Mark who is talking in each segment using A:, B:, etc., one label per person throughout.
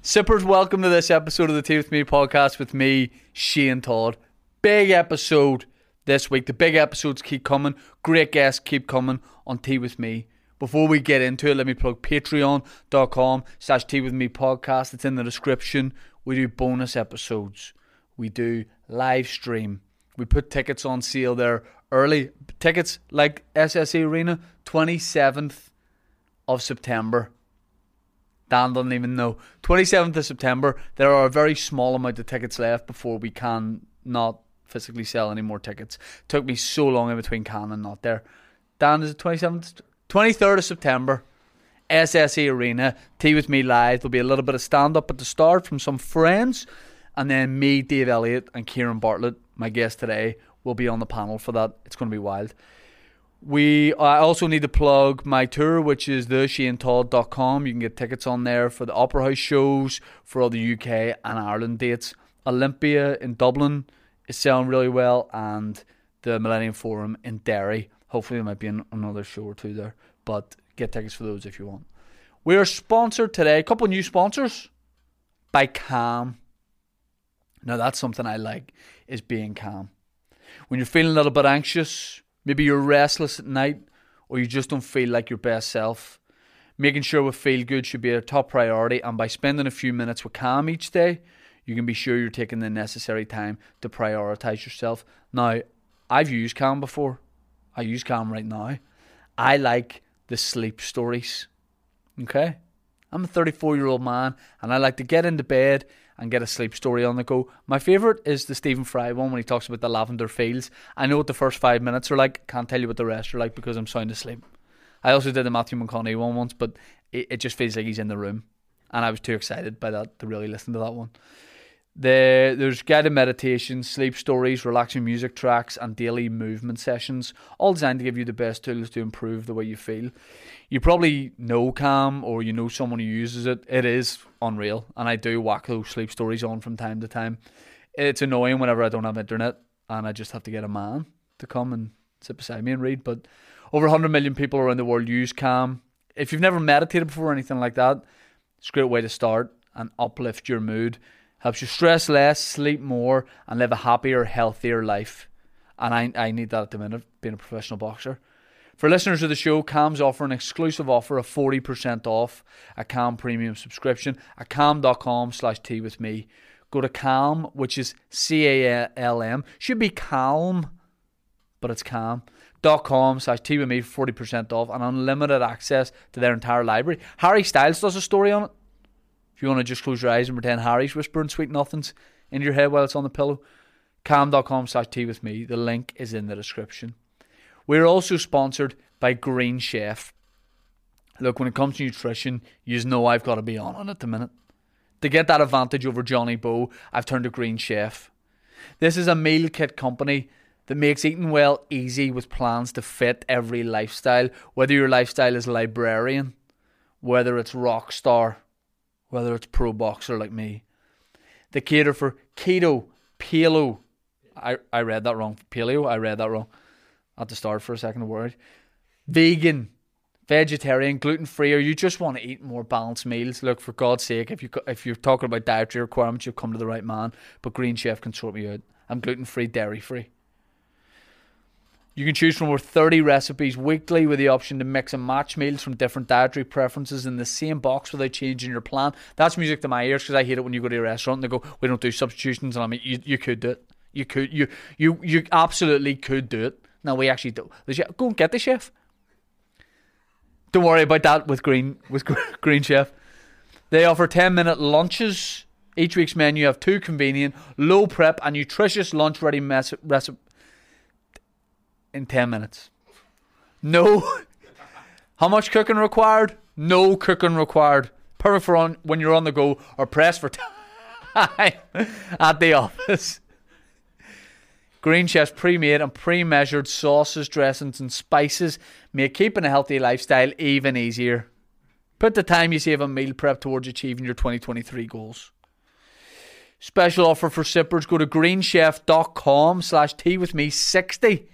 A: Sippers, welcome to this episode of the Tea with Me podcast with me, Shane Todd. Big episode this week. The big episodes keep coming. Great guests keep coming on Tea with Me. Before we get into it, let me plug patreon.com slash tea with me podcast. It's in the description. We do bonus episodes. We do live stream. We put tickets on sale there early. Tickets like SSE Arena, 27th of September. Dan doesn't even know. 27th of September, there are a very small amount of tickets left before we can not physically sell any more tickets. Took me so long in between can and not there. Dan, is it 27th? 23rd of September, SSE Arena, Tea With Me Live. There'll be a little bit of stand up at the start from some friends, and then me, Dave Elliott, and Kieran Bartlett, my guest today, will be on the panel for that. It's going to be wild. We uh, I also need to plug my tour, which is the ShaneTodd.com. You can get tickets on there for the Opera House shows, for all the UK and Ireland dates. Olympia in Dublin is selling really well, and the Millennium Forum in Derry. Hopefully, there might be an, another show or two there, but get tickets for those if you want. We are sponsored today, a couple new sponsors by Calm. Now, that's something I like is being calm when you're feeling a little bit anxious, maybe you're restless at night, or you just don't feel like your best self, making sure we feel good should be our top priority. And by spending a few minutes with Calm each day, you can be sure you're taking the necessary time to prioritize yourself. Now, I've used Calm before. I use Calm right now. I like the sleep stories. Okay? I'm a 34 year old man and I like to get into bed and get a sleep story on the go. My favourite is the Stephen Fry one when he talks about the lavender fields. I know what the first five minutes are like, can't tell you what the rest are like because I'm sound asleep. I also did the Matthew McConaughey one once, but it, it just feels like he's in the room. And I was too excited by that to really listen to that one. There, there's guided meditations, sleep stories, relaxing music tracks, and daily movement sessions, all designed to give you the best tools to improve the way you feel. You probably know Calm or you know someone who uses it. It is unreal, and I do whack those sleep stories on from time to time. It's annoying whenever I don't have internet and I just have to get a man to come and sit beside me and read. But over 100 million people around the world use Calm. If you've never meditated before or anything like that, it's a great way to start and uplift your mood helps you stress less, sleep more, and live a happier, healthier life. And I, I need that at the minute, being a professional boxer. For listeners of the show, Cam's offer an exclusive offer of 40% off a Cam premium subscription at cam.com slash tea with me. Go to Calm, which is C A L M. Should be calm, but it's calm. Dot com slash tea with me for 40% off and unlimited access to their entire library. Harry Styles does a story on it. If you want to just close your eyes and pretend Harry's whispering sweet nothings in your head while it's on the pillow, calm.com slash tea with me. The link is in the description. We're also sponsored by Green Chef. Look, when it comes to nutrition, you know I've got to be on it at the minute. To get that advantage over Johnny Bow, I've turned to Green Chef. This is a meal kit company that makes eating well easy with plans to fit every lifestyle, whether your lifestyle is librarian, whether it's rock star, whether it's pro boxer like me. They cater for keto, paleo. I, I read that wrong. Paleo, I read that wrong. I had to start for a second word. Vegan, vegetarian, gluten free, or you just want to eat more balanced meals. Look, for God's sake, if you co- if you're talking about dietary requirements, you've come to the right man. But Green Chef can sort me out. I'm gluten free, dairy free. You can choose from over 30 recipes weekly with the option to mix and match meals from different dietary preferences in the same box without changing your plan. That's music to my ears because I hate it when you go to a restaurant and they go, "We don't do substitutions." And I mean, you, you could do it. You could you you you absolutely could do it. No, we actually do. The chef, go and get the chef. Don't worry about that with Green with Green Chef. They offer 10 minute lunches. Each week's menu have two convenient, low prep, and nutritious lunch ready mes- recipe in 10 minutes. No. How much cooking required? No cooking required. Perfect for on, when you're on the go or pressed for time at the office. Green Chef's pre made and pre measured sauces, dressings, and spices make keeping a healthy lifestyle even easier. Put the time you save on meal prep towards achieving your 2023 goals. Special offer for sippers. Go to greenchef.com slash tea with me 60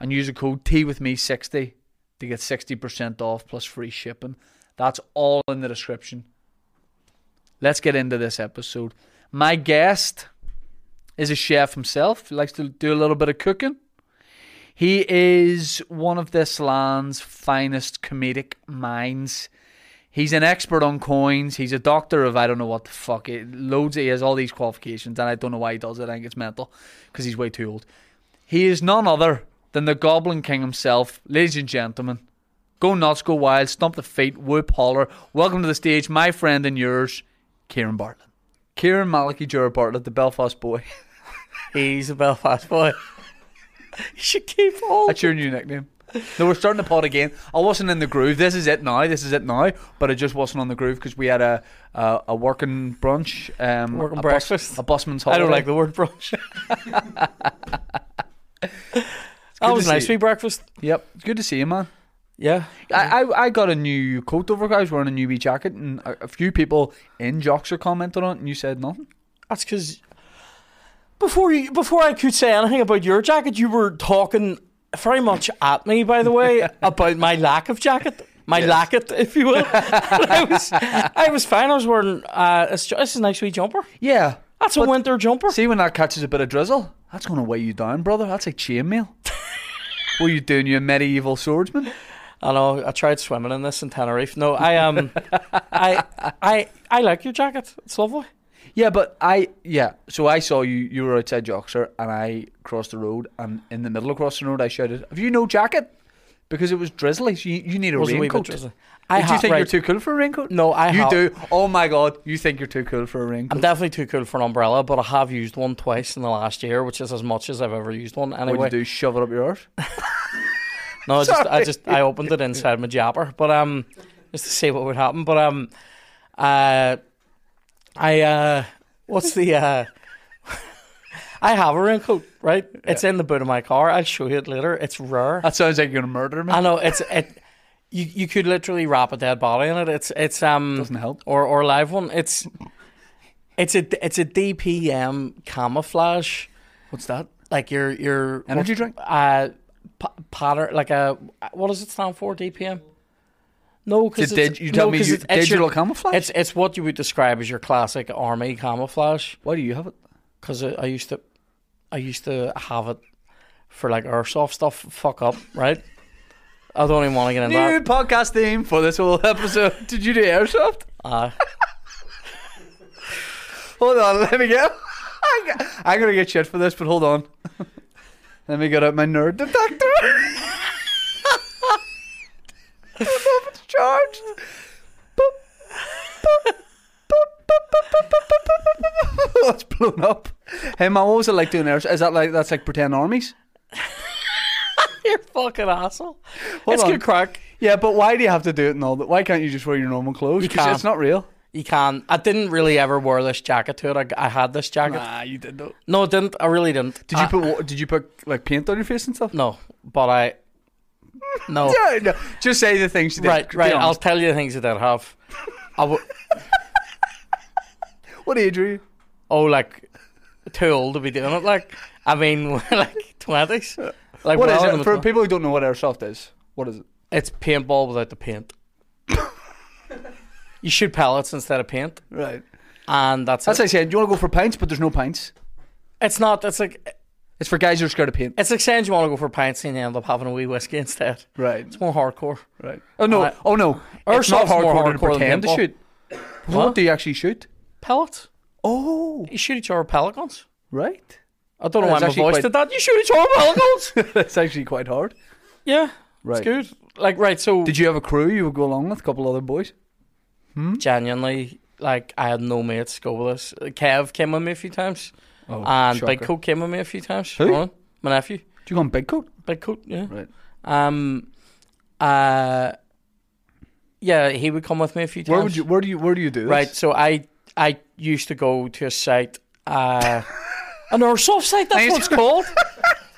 A: and use the code tea with me 60 to get 60% off plus free shipping. That's all in the description. Let's get into this episode. My guest is a chef himself. He likes to do a little bit of cooking. He is one of this land's finest comedic minds. He's an expert on coins. He's a doctor of I don't know what the fuck. It, loads. He has all these qualifications, and I don't know why he does it. I think it's mental because he's way too old. He is none other than the Goblin King himself, ladies and gentlemen. Go nuts, go wild, stomp the feet, whoop, holler. Welcome to the stage, my friend and yours, Kieran Bartlett. Kieran Maliki Jura Bartlett, the Belfast boy.
B: He's a Belfast boy. you should keep all.
A: That's your new nickname. No, we're starting the pod again. I wasn't in the groove. This is it now. This is it now. But I just wasn't on the groove because we had a a, a working brunch, um,
B: Working
A: a
B: breakfast.
A: bus, a busman's
B: I
A: holiday.
B: don't like the word brunch.
A: good
B: that
A: to
B: was a nice
A: see
B: wee breakfast.
A: Yep, it's good to see you, man.
B: Yeah.
A: I, I, I got a new coat over. I was wearing a new wee jacket, and a, a few people in Joxer commented on it, and you said nothing.
B: That's because before you, before I could say anything about your jacket, you were talking very much at me. By the way, about my lack of jacket, my lack it, if you will. And I was I was fine. I was wearing uh, it's, ju- it's a nice wee jumper.
A: Yeah.
B: That's a winter jumper.
A: See, when that catches a bit of drizzle, that's going to weigh you down, brother. That's like chainmail. what are you doing, you medieval swordsman?
B: I know. I tried swimming in this in Tenerife. No, I um, I I I like your jacket. It's lovely.
A: Yeah, but I yeah. So I saw you. You were outside Joxer, and I crossed the road, and in the middle of crossing the road, I shouted, "Have you no jacket?" Because it was drizzly. So you, you need a
B: Was a wee bit
A: raincoat.
B: drizzly.
A: I
B: I
A: do you
B: ha-
A: think you're
B: right.
A: too cool for a raincoat?
B: No, I
A: you
B: ha-
A: do. Oh my god, you think you're too cool for a
B: I'm
A: raincoat?
B: definitely too cool for an umbrella, but I have used one twice in the last year, which is as much as I've ever used one. Anyway,
A: What do you do? Shove it up your arse?
B: No, I just
A: Sorry.
B: I just I opened it inside my japper, but um, just to see what would happen. But um, uh, I uh, what's the uh, I have a raincoat, right? It's in the boot of my car. I'll show you it later. It's rare.
A: That sounds like you're gonna murder me.
B: I know it's it. You you could literally wrap a dead body in it. It's it's um
A: Doesn't help.
B: or or a live one. It's it's a it's a DPM camouflage
A: What's that?
B: like your your
A: Energy
B: what-
A: drink?
B: uh, p- pattern, like a what does it stand for? DPM. No, because
A: It's a dig- you tell me you- digital camouflage?
B: It's it's what you would describe as your classic army camouflage.
A: Why do you have it?
B: Because I, I used to, I used to have it for like airsoft stuff. Fuck up, right? I don't even want to get into
A: New
B: that.
A: podcast theme for this whole episode. Did you do airsoft?
B: Uh,
A: Hold on, let me get. I got- I'm gonna get shit for this, but hold on. let me get out my nerd detector. I don't know if it's charged. Boop, boop, boop, boop, boop, boop, boop, boop, boop, boop, boop. It's blown up. Hey man, what was it like doing air? Is that like that's like pretend armies?
B: you're a fucking asshole. it's
A: on.
B: good crack.
A: Yeah, but why do you have to do it and all that? Why can't you just wear your normal clothes?
B: You
A: 'Cause
B: can't.
A: it's not real.
B: You can. I didn't really ever wear this jacket to it. I, I had this jacket.
A: Nah, you did though.
B: No, I didn't. I really didn't.
A: Did you
B: I-
A: put wa- did you put like paint on your face and stuff?
B: No, but I. No.
A: Yeah, no. Just say the things you did.
B: Right,
A: Be
B: right. I'll
A: honest.
B: tell you the things that I have. I w-
A: What age are you?
B: oh, like too old to be doing it. Like, I mean, we're like twenties. Like,
A: What is
B: well in
A: it?
B: the
A: For
B: twen-
A: people who don't know what airsoft is, what is it?
B: It's paintball without the paint. you shoot pellets instead of paint,
A: Right.
B: and that's,
A: That's
B: it.
A: like saying, do you want to go for pints, but there's no pints.
B: It's not. It's like
A: It's for guys who are scared of paint.
B: it's like saying you want to go for pints and you end up having a wee whiskey instead.
A: Right.
B: It's more hardcore.
A: Right. Oh no.
B: Right.
A: oh no. It's
B: Airsoft's
A: not
B: more
A: hardcore, to
B: hardcore than
A: pretend to
B: paintball.
A: shoot. What do you actually shoot?
B: Pellets.
A: Oh,
B: You shoot each other pellet guns.
A: right.
B: I don't
A: That
B: know
A: is
B: why my
A: actually
B: voice
A: quite-
B: did that. You shoot each other pellet guns.
A: That's actually quite hard.
B: yeah,
A: Right.
B: it's good. Like, right. So
A: Did you have a crew you would go along with? A couple other boys.
B: genuinely like I had no mates go with us. Kev came with me a few times,
A: Oh,
B: and
A: shocker.
B: Big Coat came with me a few times.
A: Who?
B: Ronan, my nephew,
A: Do you go on big coat?
B: Big Coat. Yeah.
A: Right.
B: Um. Uh. Yeah, he would come with me a few times.
A: Where would you? Where do you? Where do you do this?
B: Right. So I I used to go to a site. Uh, an airsoft site. That's what it's called.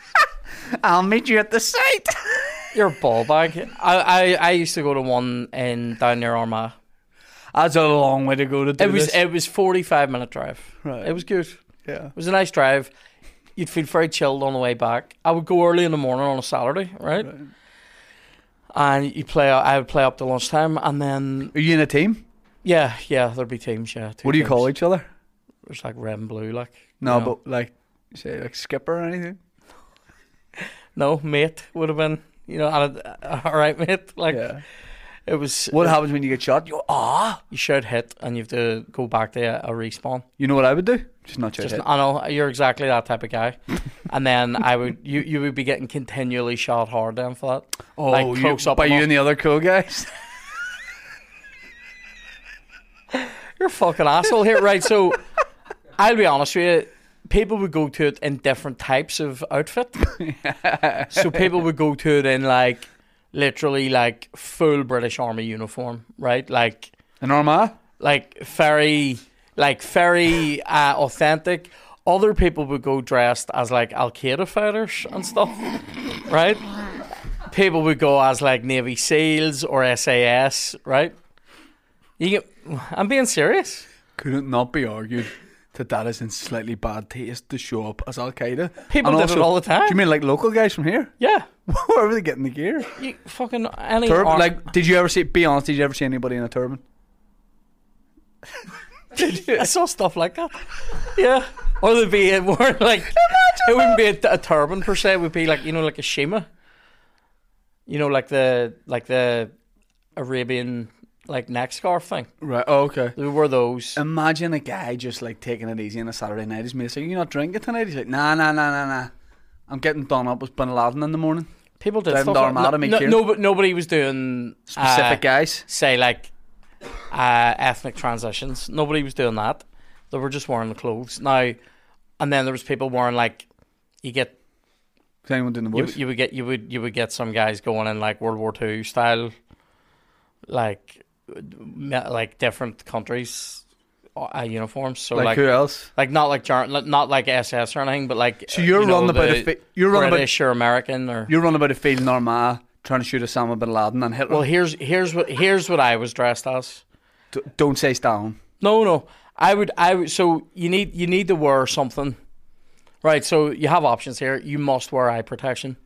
A: I'll meet you at the site.
B: Your ball bag. I, I I used to go to one in down near Armagh.
A: That's a long way to go to do
B: It was
A: this.
B: it was forty five minute drive.
A: Right.
B: It was good.
A: yeah.
B: It was a nice drive. You'd feel very chilled on the way back. I would go early in the morning on a Saturday, right?
A: Right.
B: And you play. I would play up to lunchtime, and then
A: Are you in a team?
B: Yeah, yeah, there'd be teams, yeah. two
A: What do you
B: teams.
A: call each other?
B: It's like red and blue, like.
A: No,
B: No.
A: but like, say like skipper or anything.
B: No, mate would have been, you know, and it- all right, mate. Like,
A: yeah.
B: it was.
A: What
B: it-
A: happens when you get shot? You ah.
B: You should hit and you have to go back to a, a respawn.
A: You know what I would do? Just not shoot.
B: Just,
A: hit.
B: I know, you're exactly that type of guy. and then I would, you, you would be getting continually shot hard then for that.
A: oh,
B: like,
A: you-
B: close up
A: by
B: and
A: you
B: all.
A: and the other cool guys.
B: You're a fucking asshole here, right? So, I'll be honest with you. People would go to it in different types of outfit. so people would go to it in like literally like full British Army uniform, right? Like
A: An Armagh.
B: like very like very uh, authentic. Other people would go dressed as like Al Qaeda fighters and stuff, right? People would go as like Navy SEALs or SAS, right? You get, I'm being serious.
A: Couldn't not be argued that that is in slightly bad taste to show up as Al Qaeda.
B: People did it all the time.
A: Do you mean like local guys from here?
B: Yeah,
A: Where were they getting the gear?
B: you fucking any
A: Turban.
B: ar-
A: like, did you ever see? Be honest. Did you ever see anybody in a turban?
B: I saw stuff like that. Yeah, or they'd be uh, more like it wouldn't be a, a turban per se. It would be like you know, like a shema. You know, like the like the Arabian like neck scarf thing.
A: Right. Oh, okay.
B: They wore those.
A: Imagine a guy just like taking it easy on a Saturday night. His mate's like, "You not drinking tonight?" He's like, "Nah, nah, nah, nah, nah. I'm getting done up with Bin Laden in the morning."
B: People did
A: Them
B: stuff. Like,
A: Armada
B: no,
A: make
B: no,
A: here.
B: nobo- nobody was doing uh,
A: Specific guys.
B: say like uh, ethnic transitions. Nobody was doing that. They were just wearing the clothes now, and then there was people wearing like you get
A: Is anyone doing the
B: you,
A: voice?
B: you would get you would you would get some guys going in like World War Two style, like me- like different countries uh, uniforms. So
A: like,
B: like
A: who
B: like,
A: else?
B: not like jar- like- not like SS or anything, but like
A: So you're
B: you know,
A: running about a fi- you're running about
B: British or American or
A: you're running about a field in Armagh trying to shoot Osama bin Laden and Hitler.
B: well here's here's what here's what I was dressed as.
A: D- don't say Stalin.
B: No, no. I would I would so you need you need to wear something. Right, so you have options here. You must wear eye protection.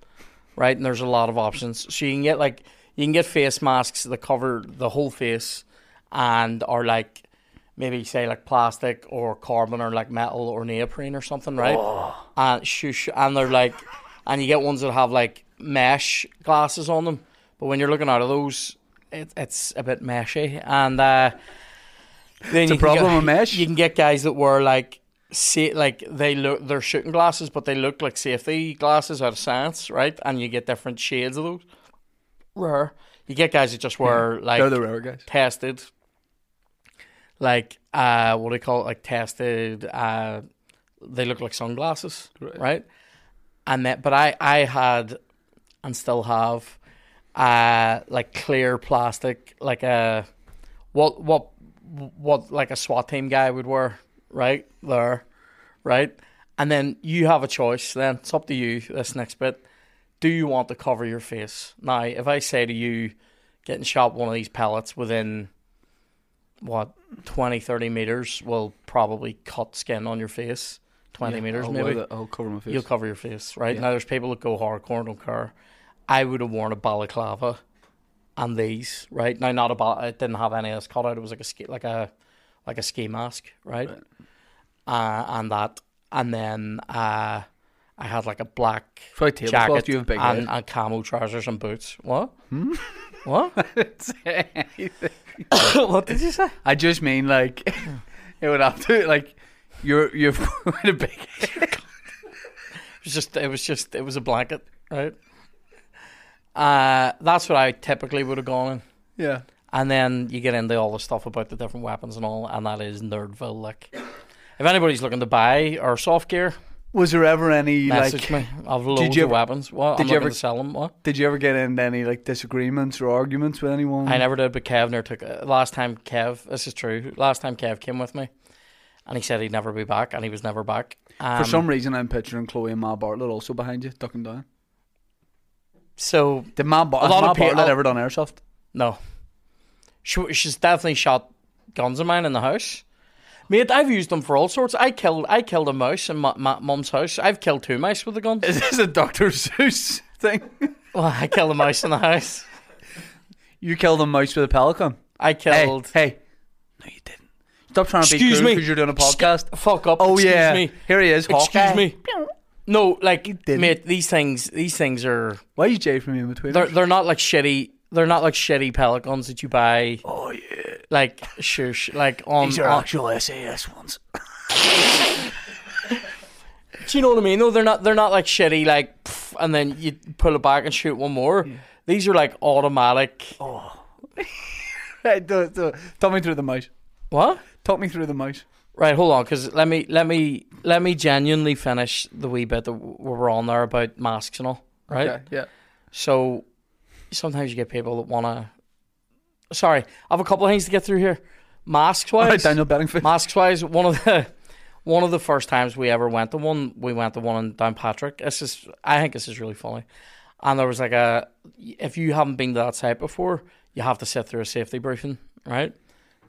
B: Right? And there's a lot of options. So you can get like you can get face masks that cover the whole face and are like maybe say like plastic or carbon or like metal or neoprene or something, right? And shush and they're like and you get ones that have like mesh glasses on them. But when you're looking out of those it, it's a bit meshy and uh then
A: It's a
B: you can
A: problem
B: get,
A: with mesh.
B: You can get guys that wear like say like they look they're shooting glasses, but they look like safety glasses out of science, right? And you get different shades of those. Rare. You get guys that just wear like
A: They're the rare guys.
B: tested, like uh, what do you call it? Like tested. Uh, they look like sunglasses, right? And that, but I I had and still have uh like clear plastic like a what what what like a SWAT team guy would wear right there right and then you have a choice then it's up to you this next bit do you want to cover your face now if I say to you getting shot one of these pellets within what 20 30 meters will probably cut skin on your face 20 meters
A: I'll wear
B: maybe
A: the- Oh, I'll cover my face.
B: You'll cover your face, right?
A: Yeah.
B: Now there's people that go hardcore and don't care. I would have worn a balaclava and these, right? Now not a bal- it didn't have any of this cut out. It was like a ski, like a like a ski mask, right?
A: Right.
B: Uh, and that, and then uh, I had like a black
A: Probably tablecloth.
B: jacket
A: You have a big Hmm?
B: and, and camo trousers and boots. What? What?
A: head.
B: what did you say?
A: I just mean like it would have to like you're you've quite a big
B: It was just it was just it was a blanket, right? Uh, that's what I typically would have gone in.
A: yeah.
B: And then you get into all the stuff about the different weapons and all, and that is Nerdville. Like, if anybody's looking to buy our soft gear,
A: Was there ever any like?
B: message me. I've loads
A: you
B: of
A: ever-
B: weapons. Well,
A: did
B: I'm
A: you
B: looking
A: ever-
B: to sell them. What?
A: Did you ever get into any like disagreements or arguments with anyone?
B: I never did, but Kev never took. Uh, last time Kev, this is true. Last time Kev came with me, and he said he'd never be back, and he was never back. Um,
A: For some reason, I'm picturing Chloe and Ma Bartlett also behind you, ducking down.
B: so
A: Did Ma, Bar-
B: A lot
A: has Ma
B: of people-
A: Bartlett ever done airsoft?
B: No. She, she's definitely shot guns of mine in the house. Mate, I've used them for all sorts. I killed I killed a mouse in my, my mum's house. I've killed two mice with a gun.
A: Is this a Dr. Seuss thing?
B: Well, I killed a mouse in the house.
A: You killed a mouse with a pelican.
B: I
A: Hey,
B: killed.
A: hey, Stop trying to be
B: Excuse
A: cool
B: me.
A: because you're doing a podcast.
B: Sk- fuck up.
A: oh
B: excuse
A: yeah,
B: Me.
A: here he is.
B: Excuse
A: Hawkeye.
B: me. No, like
A: didn't.
B: mate, these things, these things are
A: Why is Jay from in between?
B: they're
A: us?
B: they're not like shitty. They're not like shitty pelicans that you buy.
A: oh yeah,
B: Like shush, like on.
A: these are
B: on-
A: actual SAS ones.
B: do you know what I mean? No, they're not. They're not like shitty. Like pff, and then you pull it back and shoot one more. These are like automatic.
A: Oh. Right, do, do, talk me through the mouse.
B: What?
A: Talk me through the mouse.
B: Right, hold on, because let me let me let me genuinely finish the wee bit that w- we were on there about masks and all. Right.
A: Okay, yeah.
B: So sometimes you get people that wanna. Sorry, I have a couple of things to get through here. Masks
A: All
B: wise,
A: right, Daniel Bedingfield.
B: masks wise, one of the one of the first times we ever went to one, we went to one in Downpatrick. This is, I think, this is really funny. And there was like a, if you haven't been to that site before, you have to sit through a safety briefing, right?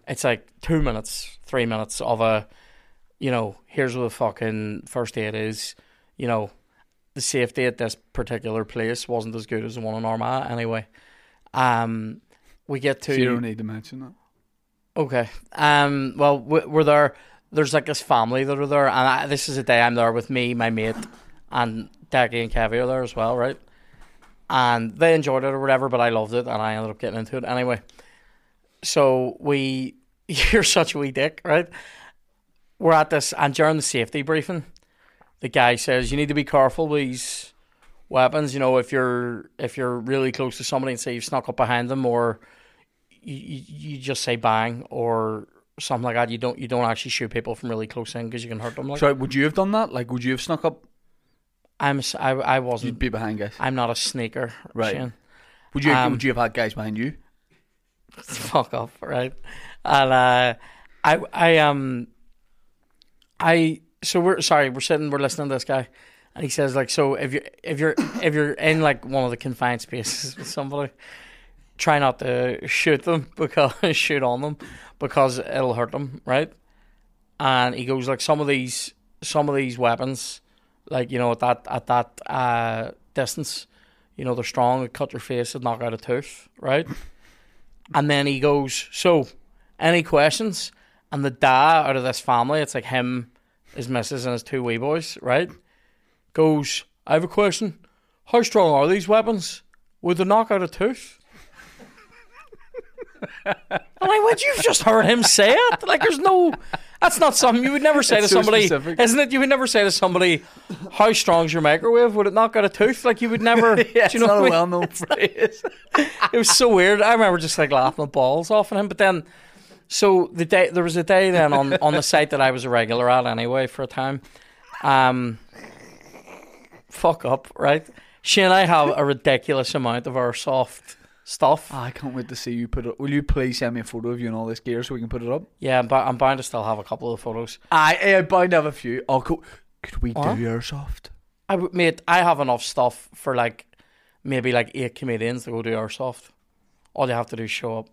B: It's like two minutes, three minutes of a, you know, here's what the fucking first aid is, you know, the safety at this particular place wasn't as good as the one in Armagh anyway. Um, we get to
A: So you don't need to mention that.
B: Okay. Um. Well, we- we're there. There's like this family that are there, and I, this is the day I'm there with me, my mate, and Decky and Kevy are there as well, right? And they enjoyed it or whatever, but I loved it, and I ended up getting into it anyway. So we, you're such a wee dick, right? We're at this, and during the safety briefing, the guy says you need to be careful with these weapons. You know, if you're if you're really close to somebody and say you've snuck up behind them or you, you you just say bang or something like that. You don't you don't actually shoot people from really close in because you can hurt them. Like
A: So would you have done that? Like, would you have snuck up?
B: I'm s- I, I wasn't
A: You'd be behind guys.
B: I'm not a sneaker.
A: Right.
B: Shane.
A: Would you?
B: Um,
A: would you have had guys behind you?
B: Fuck off, right? And uh, I I um I so we're sorry we're sitting we're listening to this guy. And he says like so if you if you're if you're in like one of the confined spaces with somebody, try not to shoot them because shoot on them because it'll hurt them, right? And he goes like some of these some of these weapons, like you know at that at that uh, distance, you know they're strong. They cut your face, they knock out a tooth, right? And then he goes, so any questions? And the dad out of this family, it's like him, his missus, and his two wee boys, right? Goes, I have a question. How strong are these weapons? Would they knock out a tooth? I'm like, what? You've just heard him say it. Like, there's no. That's not something you would never say
A: It's
B: to
A: so
B: somebody,
A: specific.
B: isn't it? You would never say to somebody, "How strong's your microwave? Would it knock out a tooth?" Like you would never. do you know what I mean?
A: known phrase.
B: it was so weird. I remember just like laughing my balls off at him. But then, so the day there was a day then on on the site that I was a regular at anyway for a time. Um, fuck up, right? She and I have a ridiculous amount of our soft stuff.
A: "Ah, I can't wait to see you put it. Will you please send me a photo of you in all this gear so we can put it up?
B: Yeah, I'm, bou- I'm bound to still have a couple of photos.
A: I I bound to have a few. Oh, cool. Could we
B: Huh?
A: do airsoft?
B: I would, mate, I have enough stuff for like maybe like eight comedians to go do airsoft. All you have to do is show up,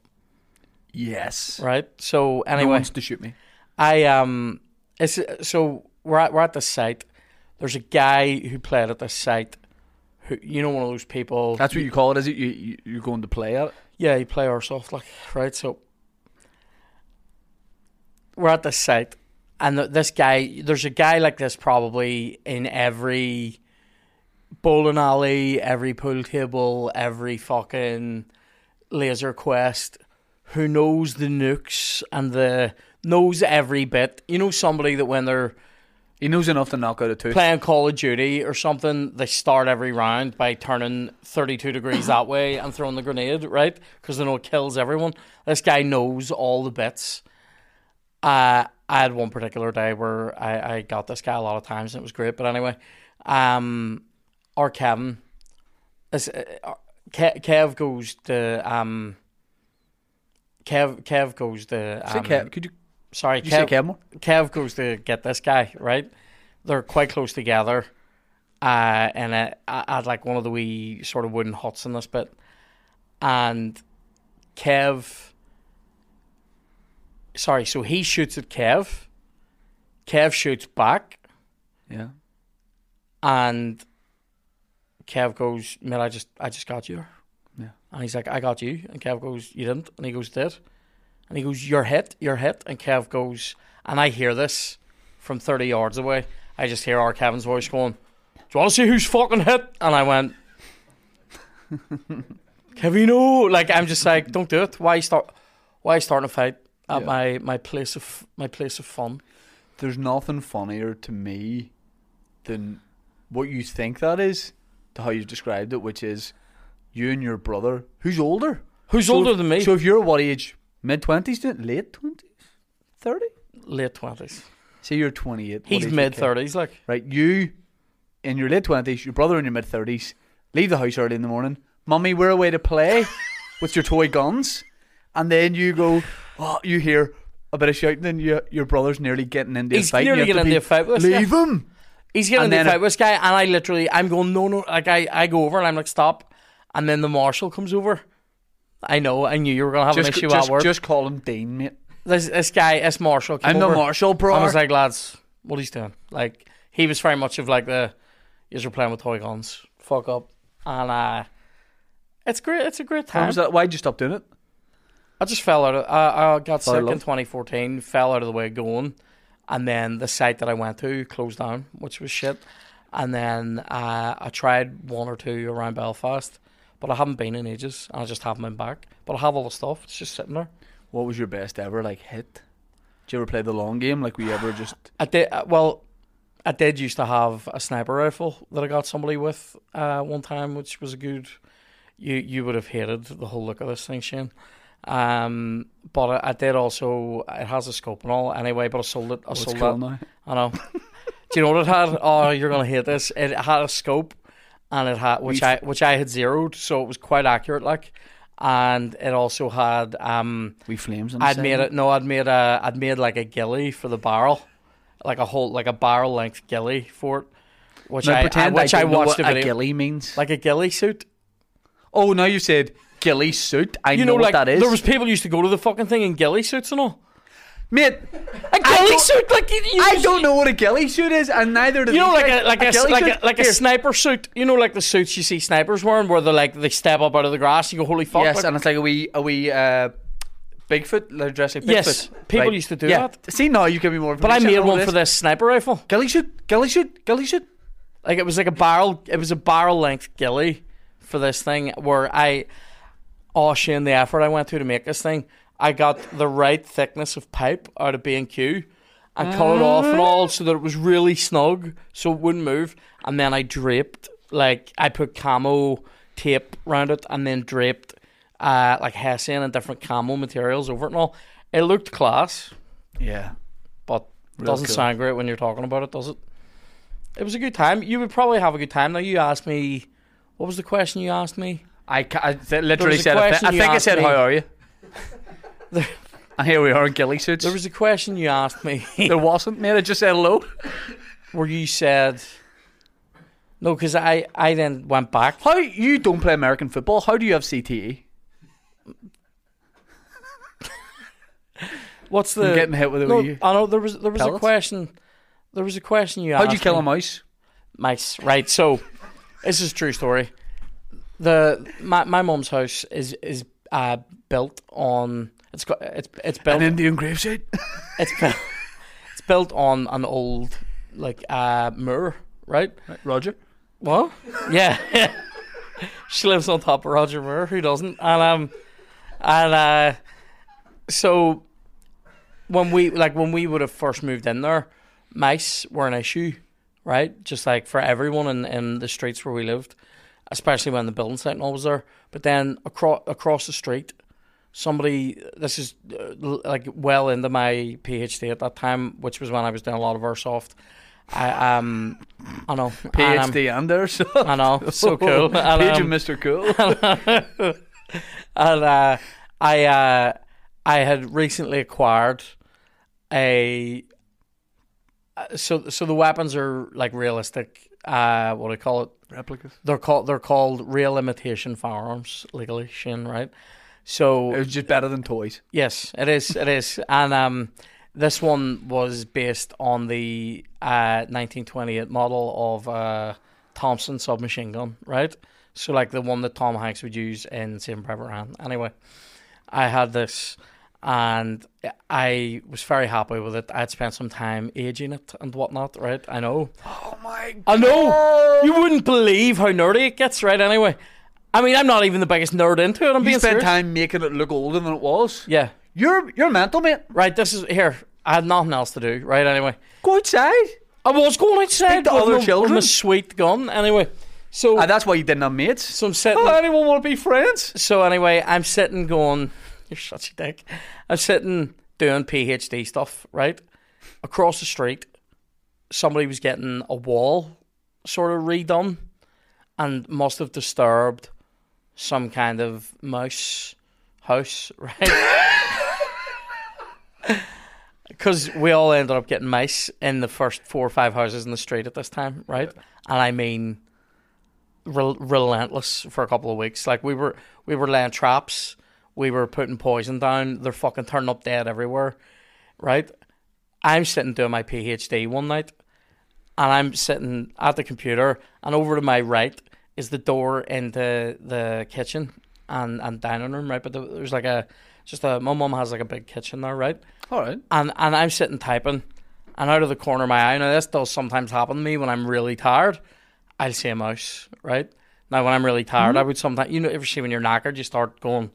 A: Yes.
B: right? So
A: No one
B: anyway,
A: wants to shoot me.
B: I um, it's so we're at, we're at this site. There's a guy who played at this site. Who you know, one of those people.
A: That's what you call it, is it? You, you you're going to play at it?
B: yeah, he play airsoft like right. So we're at this site, and th- this guy, there's a guy like this probably in every bowling alley, every pool table, every fucking laser quest. Who knows the nukes and the knows every bit? You know somebody that when they're
A: He knows enough to knock out a tooth.
B: playing Call of Duty or something, they start every round by turning 32 degrees that way and throwing the grenade, right? Because they know it kills everyone. This guy knows all the bits. Uh, I had one particular day where I, I got this guy a lot of times and it was great. But anyway, um, our Kevin, this, uh, uh, Ke- Kev goes to. Um, Kev, Kev goes to.
A: Say
B: Um,
A: Kev, could you,
B: Sorry,
A: you say Kevmore?
B: Kev goes to get this guy, right? They're quite close together. Uh, and I, I had like one of the wee sort of wooden huts in this bit. And Kev. Sorry, so he shoots at Kev. Kev shoots back.
A: Yeah.
B: And Kev goes, "Man, I just, I just got you."
A: Yeah.
B: And he's like, "I got you." And Kev goes, "You didn't." And he goes, "Did." And he goes, You're hit, you're hit. And Kev goes, And I hear this from 30 yards away. I just hear our Kevin's voice going, Do you want to see who's fucking hit? And I went, Kevino. Like, I'm just like, Don't do it. Why start? Why starting a fight at
A: Yeah.
B: my, my place of my place of fun?
A: There's nothing funnier to me than what you think that is to how you've described it, which is you and your brother, who's older.
B: Who's
A: So
B: older
A: if-
B: than me?
A: So if you're what age? Mid twenties, late twenties, thirty.
B: Late twenties.
A: Say you're twenty eight.
B: He's mid thirties. Like,
A: Right, you in your late twenties, your brother in your mid thirties, leave the house early in the morning. Mummy, we're away to play with your toy guns, and then you go. Oh, you hear a bit of shouting, and your your brother's nearly getting into
B: He's
A: a fight. and
B: nearly
A: you have
B: getting
A: to be,
B: into a fight with us,
A: Leave him.
B: He's
A: And
B: getting in the
A: then
B: fight
A: it-
B: with this guy, and I literally, I'm going, no, no. Like, I, I go over and I'm like, stop. And then the marshal comes over. I know, I knew you were going to have
A: Just,
B: an issue
A: just,
B: at work.
A: just call him Dean, mate.
B: this, this guy, this marshal came
A: I'm
B: over.
A: the marshal, bro.
B: I was like, lads, what he's doing? Like, he was very much of like the, you're playing with toy guns. Fuck up. And uh, it's great. It's a great
A: How
B: time.
A: was that? Why'd you stop doing it?
B: I just fell out of. I, I got
A: Fell in
B: sick in
A: love.
B: 2014. Fell out of the way going, and then the site that I went to closed down, which was shit. And then uh, I tried one or two around Belfast, but I haven't been in ages, and I just haven't been back. But I have all the stuff. It's just sitting there.
A: What was your best ever like hit? Did you ever play the long game? Like we ever just
B: I did uh, well. I did used to have a sniper rifle that I got somebody with uh, one time, which was a good. You you would have hated the whole look of this thing, Shane. Um, but I, I did also. It has a scope and all. Anyway, but I sold it. I
A: what's
B: sold
A: cool
B: that.
A: now?
B: I know. Do you know what it had? Oh, you're gonna hate this. It had a scope, and it had which I which I had zeroed, so it was quite accurate. Like, and it also had um.
A: We flames. on the
B: I'd
A: side.
B: made it. No, I'd made a. I'd made like a gilly for the barrel, like a whole, like a barrel length gilly for it, which
A: Now
B: I, I
A: pretend
B: which
A: I,
B: I,
A: don't know
B: watched a
A: what
B: video,
A: a gilly means.
B: like a gilly suit.
A: Oh, now you said ghillie suit. I
B: You
A: know,
B: know, like
A: what that is.
B: there was people used to go to the fucking thing in ghillie suits and all.
A: Mate,
B: A ghillie
A: don't-
B: suit, like you, you
A: I
B: just-
A: don't know what a ghillie suit is, and neither do
B: You know,
A: these
B: like
A: guys.
B: a like a, s-
A: ghillie
B: like
A: suit?
B: a, like a
A: Here.
B: sniper suit. You know, like the suits you see snipers wearing, where they like they step up out of the grass. You go, holy fuck!
A: Yes,
B: like-
A: and it's like a wee a wee uh, Bigfoot. They're dressed like Bigfoot.
B: Yes, people
A: Right.
B: used to do
A: yeah.
B: that.
A: See, now you give me more.
B: but I made one for this sniper rifle.
A: ghillie suit. Ghillie suit. Ghillie suit.
B: Like it was like a barrel. It was a barrel length gilly for this thing where I, oh Shane, the effort I went to to make this thing, I got the right thickness of pipe out of B and Q, and cut it off and all so that it was really snug, so it wouldn't move. And then I draped like I put camo tape around it, and then draped uh, like hessian and different camo materials over it and all. It looked class,
A: Yeah.
B: but
A: Real
B: doesn't
A: cool.
B: sound great when you're talking about it, does it? It was a good time. You would probably have a good time. Now you asked me, what was the question you asked me?
A: I, ca- I th-
B: There
A: literally
B: was a
A: said. I, thi-
B: question
A: I
B: you
A: think I
B: asked
A: said,
B: me.
A: "How are you?"
B: There-
A: and here we are in ghillie suits.
B: There was a question you asked me
A: there wasn't, mate. I just said hello.
B: where you said, no, because I I then went back.
A: How you don't play American football? How do you have E? CTE?
B: What's the
A: I'm getting hit with a
B: no,
A: wee.
B: I know there was there was a
A: Pellets?
B: question. There was a question you asked.
A: How'd you kill
B: me.
A: a mouse?
B: Mice. Right. So, this is a true story. The my my mom's house is is uh, built on it's got it's it's
A: An
B: built
A: Indian gravesite.
B: It's built, it's built on an old like uh moor, right?
A: Roger.
B: What? Yeah. she lives on top of Roger Moore, who doesn't? And um and uh so when we like when we would have first moved in there, mice were an issue, right? Just like for everyone in, in the streets where we lived, especially when the building site and all was there. But then across across the street, somebody this is uh, l- like well into my PhD at that time, which was when I was doing a lot of airsoft. I um I know and, um,
A: PhD and there, so
B: I know, so cool. And,
A: Page and
B: um,
A: Mr. Cool.
B: and uh, I uh, I had recently acquired a uh, so so the weapons are like realistic. Uh, what do I call it?
A: Replicas.
B: They're called they're called real imitation firearms legally, Shin, right? So
A: It was just better than toys.
B: Yes, it is. It is. And um, this one was based on the uh, 1928 model of uh, Thompson submachine gun, right? So, like the one that Tom Hanks would use in Saving Private Ryan. Anyway, I had this, and I was very happy with it. I'd spent some time aging it and whatnot, right? I know.
A: Oh my god.
B: I know. You wouldn't believe how nerdy it gets, right? Anyway, I mean, I'm not even the biggest nerd into it. I'm
A: You
B: being
A: spent
B: serious.
A: time making it look older than it was.
B: Yeah,
A: You're you're mental, mate.
B: right. This is here. I had nothing else to do, right? Anyway,
A: Go outside.
B: I was going outside
A: to
B: with
A: other
B: my- with my
A: children.
B: sweet gun. Anyway, so
A: Ah, that's why you didn't have mates.
B: so I'm sitting.
A: Oh, anyone want to be friends?
B: So anyway, I'm sitting going, you're such a dick. I'm sitting doing PhD stuff, right? Across the street, somebody was getting a wall sort of redone and must have disturbed some kind of mouse house, right? Because we all ended up getting mice in the first four or five houses in the street at this time, right? And I mean, rel- relentless for a couple of weeks. Like we were we were laying traps, we were putting poison down. They're fucking turning up dead everywhere, right? I'm sitting doing my PhD one night, and I'm sitting at the computer, and over to my right is the door into the kitchen and and dining room, right? But there- there's like a just a my mum has like a big kitchen there, right?
A: All right.
B: and and I'm sitting typing, and out of the corner of my eye, now this does sometimes happen to me when I'm really tired. I'll see a mouse, right? Now when I'm really tired, I would sometimes you know ever see when you're knackered, you start going,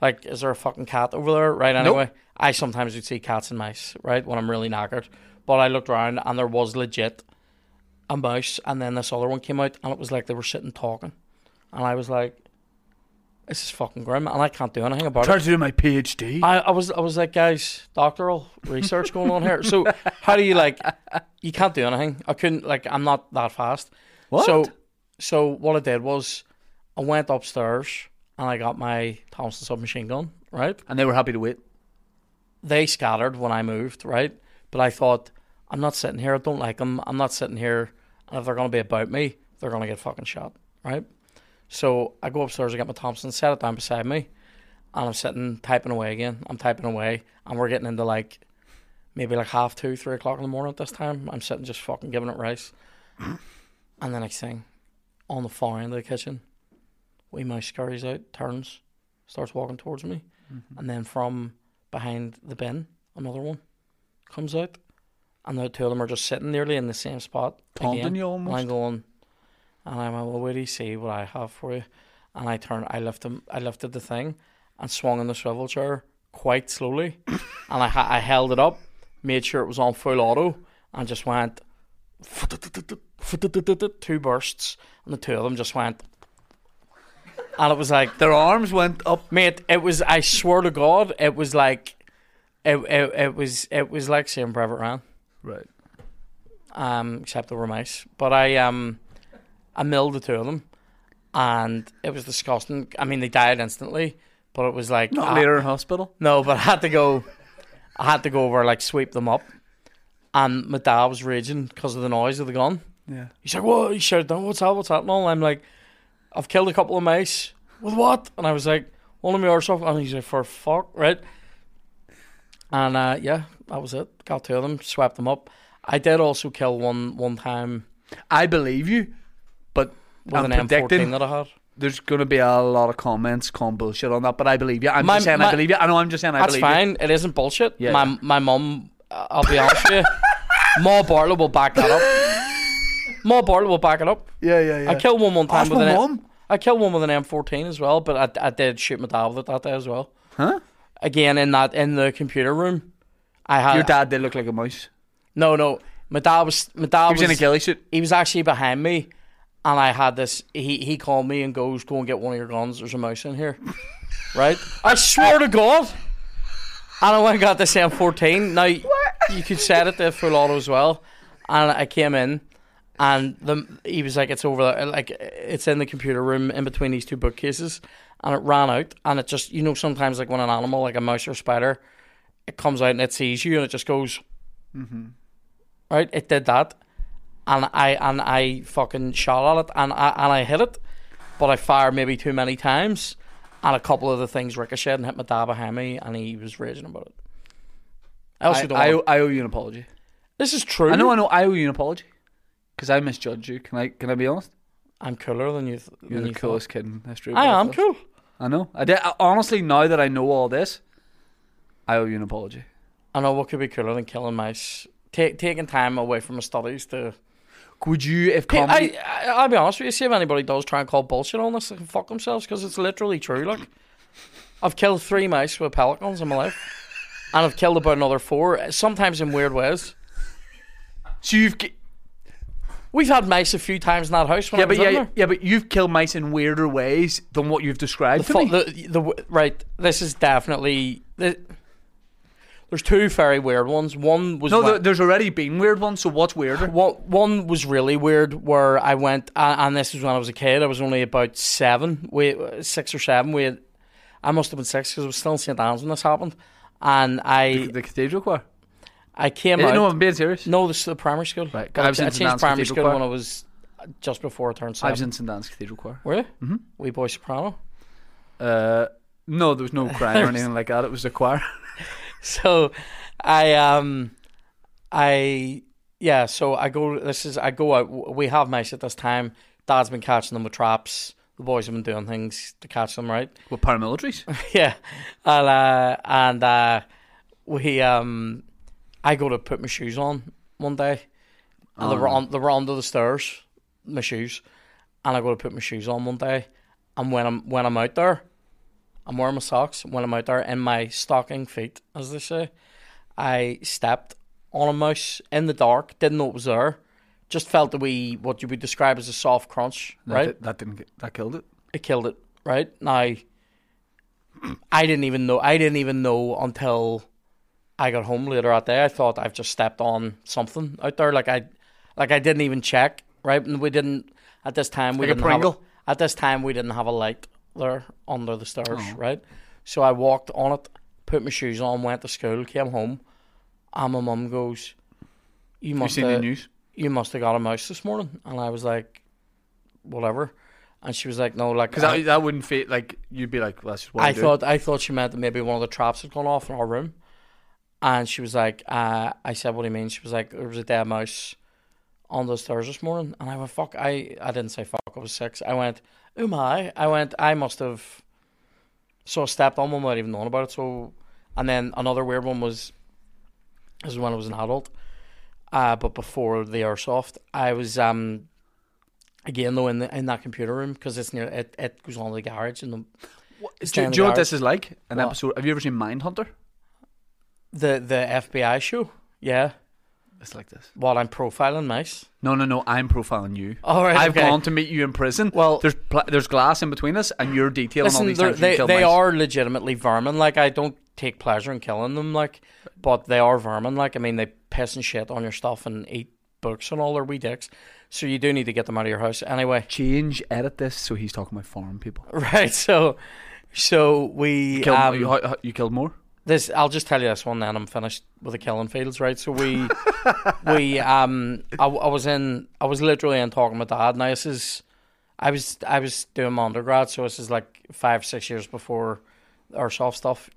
B: like, is there a fucking cat over there? Right? Anyway, I sometimes would see cats and mice, right? When I'm really knackered, but I looked around and there was legit a mouse, and then this other one came out, and it was like they were sitting talking, and I was like. This is fucking grim, and I can't do anything about it.
A: Trying to do my PhD.
B: I, I was I was like, guys, doctoral research going on here. So how do you like? You can't do anything. I couldn't like. I'm not that fast.
A: What?
B: So so what I did was I went upstairs and I got my Thompson submachine gun. Right.
A: and they were happy to wait.
B: They scattered when I moved. Right. But I thought I'm not sitting here. I don't like them. I'm not sitting here. And if they're gonna be about me, they're gonna get fucking shot. Right. So I go upstairs. I get my Thompson. Set it down beside me and I'm sitting typing away again. I'm typing away, and we're getting into like maybe like half two, three o'clock in the morning at this time. I'm sitting just fucking giving it rice. and the next thing, on the far end of the kitchen, wee mouse scurries out, turns, starts walking towards me, and then from behind the bin, another one comes out, and the two of them are just sitting nearly in the same spot.
A: Taunting
B: again.
A: you
B: And I'm
A: almost.
B: going, and I'm like, well, wait till you see what I have for you. And I turned, I lifted, I lifted the thing and swung in the swivel chair quite slowly. and I, ha- I held it up, made sure it was on full auto, and just went two bursts. And the two of them just went. And it was like,
A: Their arms went up.
B: mate, it was, I swear to God, it was like, it, it, it was it was like seeing Private Ryan
A: Right.
B: um, except they were mice. But I um, I milled the two of them, and it was disgusting. I mean, they died instantly, but it was like
A: Not
B: I-
A: later in hospital.
B: No, but I had to go. I had to go over like sweep them up, and my dad was raging because of the noise of the gun.
A: Yeah.
B: He's like, "What?" He shouted down, "What's that? What's that?" And all I'm like, "I've killed a couple of mice." With what? And I was like, "One of my airsoft." And he's like, "For fuck, right?" And uh, yeah, that was it. Got two of them, swept them up. I did also kill one one time
A: I believe you, but
B: with
A: I'm
B: an M14
A: predicting
B: that I had.
A: there's going to be a lot of comments, con bullshit on that. But I believe you. I'm
B: My-
A: just saying
B: my-
A: I believe you. I know. I'm just saying I
B: That's
A: believe you.
B: fine. It isn't bullshit.
A: Yeah,
B: my
A: yeah.
B: my mum, uh, I'll be honest with you, Ma Bartlett will back that up. Ma Bartlett will back it up.
A: Yeah, yeah, yeah.
B: I killed one one time
A: Ask
B: with
A: my
B: an
A: mum.
B: I killed one with an M14 as well, but I, I did shoot my dad with it that day as well.
A: Huh?
B: Again, in that in the computer room, I had
A: Your dad did look like a mouse.
B: no no. My dad was my dad
A: He was in a ghillie suit.
B: he was actually behind me, and I had this. He he called me and goes, "Go and get one of your guns. There's a mouse in here." right? I swear to God. And I went and got this M14. Now you could set it to full auto as well. And I came in, and the he was like, "It's over there. Like it's in the computer room in between these two bookcases." And it ran out, and it just you know sometimes like when an animal like a mouse or spider, it comes out and it sees you and it just goes.
A: Mm-hmm.
B: Right, it did that and I and I fucking shot at it and I and I hit it, but I fired maybe too many times, and a couple of the things ricocheted and hit my dad behind me, and he was raging about it. I also
A: I,
B: don't.
A: I,
B: wanna-
A: I owe you an apology.
B: this is true.
A: I know, I know. I owe you an apology because I misjudged you. Can I? Can I be honest?
B: I'm cooler than you. Th-
A: You're
B: than
A: the
B: you
A: coolest kid in history.
B: Thought. I am
A: Belfast.
B: cool.
A: I know. I did. I, honestly, now that I know all this, I owe you an apology.
B: I know what could be cooler than killing mice. Take, taking time away from my studies to.
A: Would you, if
B: Hey,
A: comedy,
B: I, I, I'll be honest with you. See if anybody does try and call bullshit on this, they can fuck themselves because it's literally true. Like, I've killed three mice with pelicans in my life, and I've killed about another four, sometimes in weird ways.
A: so you've ki-
B: We've had mice a few times in that house. When
A: yeah,
B: I
A: but
B: was in
A: yeah,
B: there.
A: yeah, but you've killed mice in weirder ways than what you've described to
B: Fu-
A: me.
B: the, the w- right. This is definitely the, there's two very weird ones. One was
A: no,
B: when-
A: there- there's already been weird ones. So what's weirder?
B: What one was really weird where I went, uh, and this was when I was a kid. I was only about seven, we six or seven. We, had, I must have been six because I was still in St Anne's when this happened. And I,
A: The cathedral choir.
B: I came
A: No,
B: out.
A: I'm being serious.
B: no, this is the primary school.
A: Right,
B: But I,
A: I was
B: ch-
A: in
B: I
A: St.
B: changed
A: Anne's
B: primary
A: Cathedral
B: school
A: Choir.
B: when I was just before I turned
A: I
B: seven.
A: was in St Anne's Cathedral Choir.
B: Were you? Mm-hmm. Wee boy soprano.
A: Uh, no, there was no crying or anything like that. It was the choir.
B: so I um I yeah, so I go this is I go out we have mice at this time. Dad's been catching them with traps. The boys have been doing things to catch them, right?
A: With paramilitaries.
B: yeah. And uh, and uh, we um I go to put my shoes on one day. And they were on they were under the stairs, my shoes. And I go to put my shoes on one day. And when I'm when I'm out there, I'm wearing my socks. When I'm out there in my stocking feet, as they say, I stepped on a mouse in the dark, didn't know it was there. Just felt the wee what you would describe as a soft crunch,
A: That,
B: right?
A: di- that didn't. Get, that killed it.
B: it killed it right now i didn't even know i didn't even know until i got home later that day i thought i've just stepped on something out there like i like i didn't even check right and we didn't at this time we
A: Like a
B: didn't have
A: Pringle?
B: at this time we didn't have a light there under the stairs
A: Oh.
B: right so i walked on it put my shoes on went to school came home and my mum goes you
A: You've
B: must
A: seen the
B: have-
A: news.
B: you must have got a mouse this morning. And I was like, whatever. And she was like, no, like,
A: Because
B: I,
A: that, that wouldn't fit. Like you'd be like, well, that's just what
B: I
A: we do.
B: thought, I thought she meant that maybe one of the traps had gone off in our room. And she was like, uh, I said, what do you mean? She was like, there was a dead mouse on those stairs this morning. And I went, fuck, I, I didn't say fuck, I was six. I went, oh my. I went, I must have, so I stepped on one without even knowing about it. So, and then another weird one was, this is when I was an adult. Uh, but before the airsoft, I was um, again though in the, in that computer room because it's near it, it goes on to the garage and the
A: Do, you-
B: down
A: do you know
B: the
A: what this is like? An
B: What?
A: episode. Have you ever seen Mindhunter?
B: the, the FBI show. Yeah,
A: It's like this.
B: while I'm profiling mice.
A: No, no, no. I'm profiling you.
B: All Oh, right,
A: I've
B: okay.
A: gone to meet you in prison.
B: Well-
A: there's pla there's glass in between us, and you're detailing all
B: Listen,
A: these
B: they're-
A: times you
B: they
A: killed
B: they
A: mice.
B: are legitimately vermin. Like I don't take pleasure in killing them. Like, but they are vermin. Like I mean, they piss and shit on your stuff and eat books and all their wee dicks. So you do need to get them out of your house anyway.
A: Change, edit this so he's talking about farm people.
B: Right. So, so we
A: Killed,
B: um,
A: you, how- how- you killed more.
B: this I'll just tell you this one then I'm finished with the killing fields right so we we um I, I was in I was literally in talking with dad now this is I was I was doing my undergrad so this is like five six years before airsoft stuff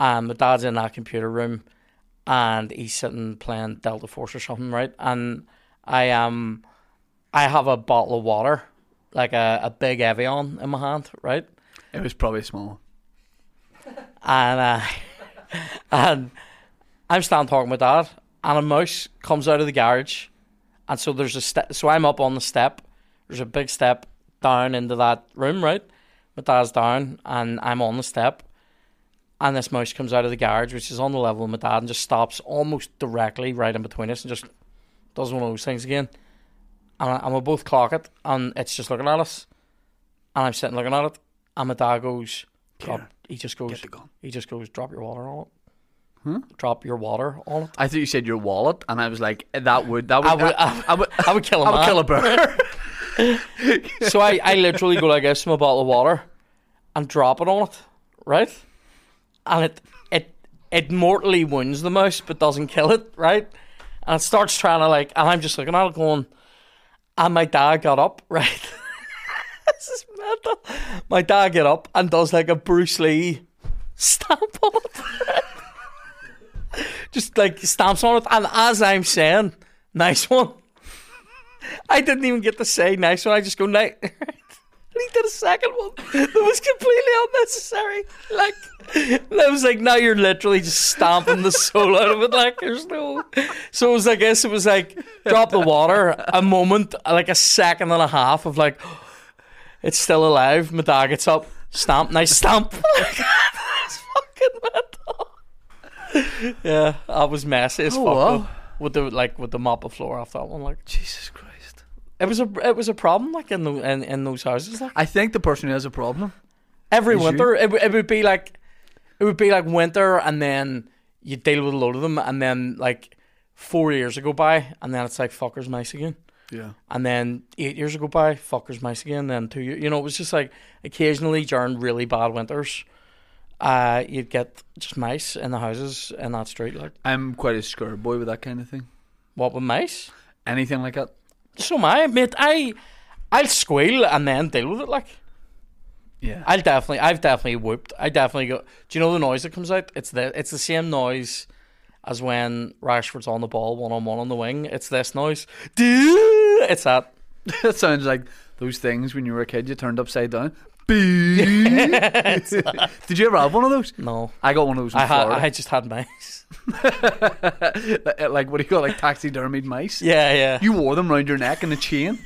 B: and my dad's in that computer room and he's sitting playing Delta Force or something right and I um I have a bottle of water like a, a big Evian in my hand right
A: It was probably a small. one.
B: and uh, and I'm standing talking with dad, and a mouse comes out of the garage, and so there's a step. So I'm up on the step. There's a big step down into that room, right? My dad's down, and I'm on the step, and this mouse comes out of the garage, which is on the level of my dad, and just stops almost directly right in between us, and just does one of those things again. And, I, and we both clock it, and it's just looking at us, and I'm sitting looking at it, and my dad goes, "Drop."
A: Kieran,
B: He just goes,
A: Get the gun.
B: he just goes, drop your water on it. Drop your water on it.
A: I thought you said your wallet, and I was like, that would that would
B: I would-
A: I, I would
B: I would kill him.
A: I would kill a bird.
B: so I, I literally go like this from a bottle of water and drop it on it, right? And it it it mortally wounds the mouse but doesn't kill it, right? And it starts trying to like, and I'm just looking at it going, and my dad got up, right? this is mental. My dad get up and does like a Bruce Lee stamp on it. just like stamps on it, and as I'm saying, nice one. I didn't even get to say nice one. I just go night. he did a second one that was completely unnecessary. Like, I was like, now you're literally just stamping the soul out of it. Like, there's no. So it was, I guess it was like, drop the water, a moment, like a second and a half of like, it's still alive. My dog gets up, stamp, nice stamp. Like, it's fucking mental. Yeah, I was messy as
A: Oh,
B: fuck.
A: wow.
B: though, With the like with the mop of floor off that one, like
A: Jesus Christ.
B: it was a it was a problem like in the in, in those houses. Like
A: I think the person who has a problem.
B: every
A: Is you?
B: winter it, w- it would be like it would be like winter and then you deal with a load of them and then like four years ago by and then it's like fuckers mice again
A: Yeah.
B: and then eight years ago by fuckers mice again then two years you know it was just like occasionally during really bad winters uh you'd get just mice in the houses in that street like
A: I'm quite a scare boy with that kind of thing.
B: what with mice
A: Anything like that.
B: so am I mate I I'll squeal and then deal with it like
A: Yeah.
B: I'll definitely, I've definitely whooped. I definitely go. Do you know the noise that comes out? It's the, it's the same noise as when Rashford's on the ball, one on one on the wing. It's this noise. Doo! It's that.
A: that sounds like those things when you were a kid you turned upside down. Did you ever have one of those?
B: No,
A: I got one of those in
B: I had,
A: Florida.
B: I just had mice.
A: like what do you call it, like taxidermied mice?
B: Yeah, yeah.
A: You wore them round your neck in a chain.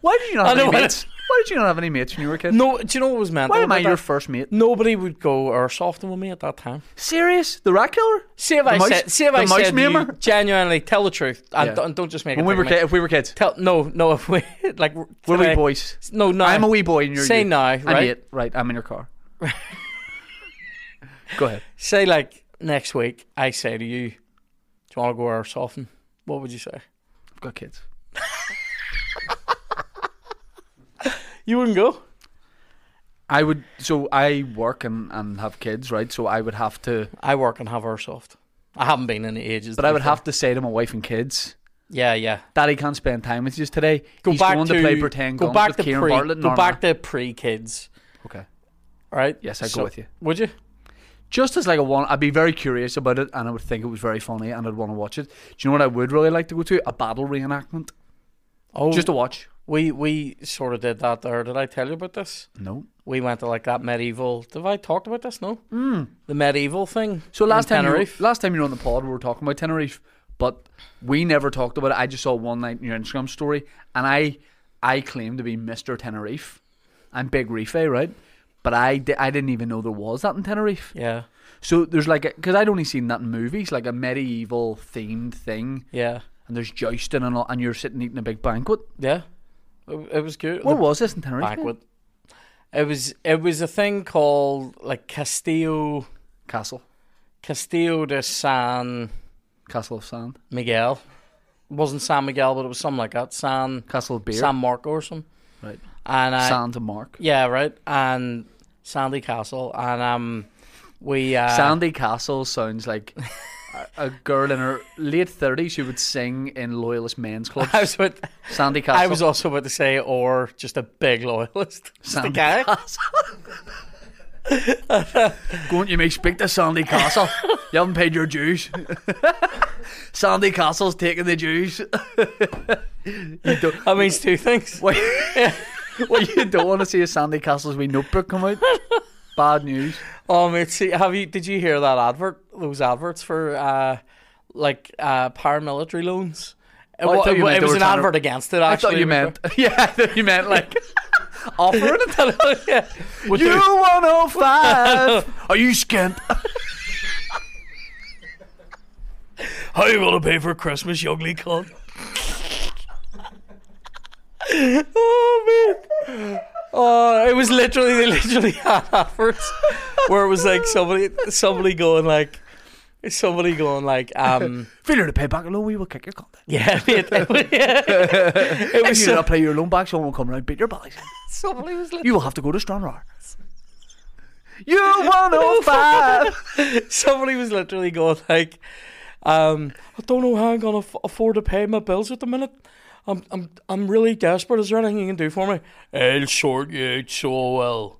A: Why did you not
B: I
A: have
B: know
A: any
B: what it-
A: mates? Why did you not have any mates when you were a kid?
B: no, do you know what was meant?
A: Why am I your first mate?
B: Nobody would go airsofting with me at that time.
A: Serious? The rat killer?
B: See if I
A: mouse-
B: said, see if
A: the
B: I
A: mouse
B: said, to you,
A: memer?
B: genuinely tell the truth and,
A: Yeah.
B: don't, don't just make
A: When
B: it.
A: we were ki- if we were kids,
B: tell no, no, if we like,
A: we're wee
B: today-
A: boys.
B: No, no,
A: I'm a wee boy and you're
B: Say
A: you.
B: no,
A: I'm
B: right?
A: eight. Right, I'm in your car. Go ahead.
B: Say like next week, I say to you, "Do you want to go airsofting?" What would you say?
A: I've got kids.
B: You wouldn't go.
A: I would. So I work and, and have kids, right? So I would have to.
B: I work and have airsoft. I haven't been in ages.
A: But I would have to say to my wife and kids,
B: Yeah, yeah.
A: "Daddy can't spend time with you today.
B: Go
A: He's
B: back
A: going to, play pretend
B: go
A: guns
B: back
A: with
B: to
A: Kieran
B: pre.
A: Bartlett and
B: go
A: Arma."
B: back to pre kids.
A: Okay.
B: Right.
A: Yes, I'd
B: So-
A: go with you.
B: Would you?
A: Just as like a one, I'd be very curious about it, and I would think it was very funny, and I'd want to watch it. Do you know what I would really like to go to? A battle reenactment,
B: Oh,
A: just to watch.
B: we we sort of did that there. Did I tell you about this?
A: No.
B: We went to like that medieval. Have I talked about this? No. The medieval thing.
A: So
B: in
A: last time, you were,
B: Tenerife.
A: last time you were on the pod, we were talking about Tenerife, but we never talked about it. I just saw one night in your Instagram story, and I, I claim to be Mister Tenerife. I'm Big Reef, eh, right? But I, di- I didn't even know there was that in Tenerife.
B: yeah,
A: So there's like, because I'd only seen that in movies, like a medieval themed thing,
B: yeah,
A: and there's jousting and all, and you're sitting eating a big banquet.
B: yeah. It, it was good.
A: What was this in Tenerife? mate?
B: banquet. It was it was a thing called like Castillo
A: Castle,
B: Castillo de San
A: Castle of Sand,
B: Miguel. It wasn't San Miguel, but it was something like that. San
A: Castle of Beer,
B: San Marco or something.
A: right?
B: And I,
A: Sand and Mark,
B: yeah, right. And Sandy Castle. And um we uh
A: Sandy Castle sounds like a, a girl in her late thirties who would sing in loyalist men's clubs.
B: I was with,
A: Sandy Castle.
B: I was also about to say or just a big loyalist. Just a
A: Sandy
B: guy.
A: Going, you may speak to Sandy Castle. you haven't paid your dues. Sandy Castle's taking the dues. you don't,
B: That means two things.
A: what, what you don't want to see is Sandy Castle's wee notebook come out. Bad news.
B: Oh mate, see, have you did you hear that advert? Those adverts for uh, like uh, paramilitary loans. It,
A: Oh, I
B: wa-
A: thought
B: it
A: you
B: wa-
A: meant
B: it
A: they
B: was
A: were
B: an
A: trying to-
B: advert against it.
A: I
B: Actually,
A: thought you meant. Yeah, I thought you meant like offering it.
B: yeah. With
A: You
B: the-
A: 105. Are you skint?
B: How you gonna pay for Christmas, you ugly cunt? oh man! Oh, it was literally they literally had adverts where it was like somebody somebody going like somebody going like um
A: Failure to pay back a loan, we will kick your content.
B: yeah mate, it was, it
A: If
B: was
A: you do
B: so,
A: not pay your loan back, someone will come around and beat your bellies.
B: somebody was
A: You will have to go to Stranraer. You 105.
B: Somebody was literally going like, um, "I don't know how I'm gonna f- afford to pay my bills at the minute. I'm, I'm, I'm really desperate. Is there anything you can do for me? I'll sort you out so well."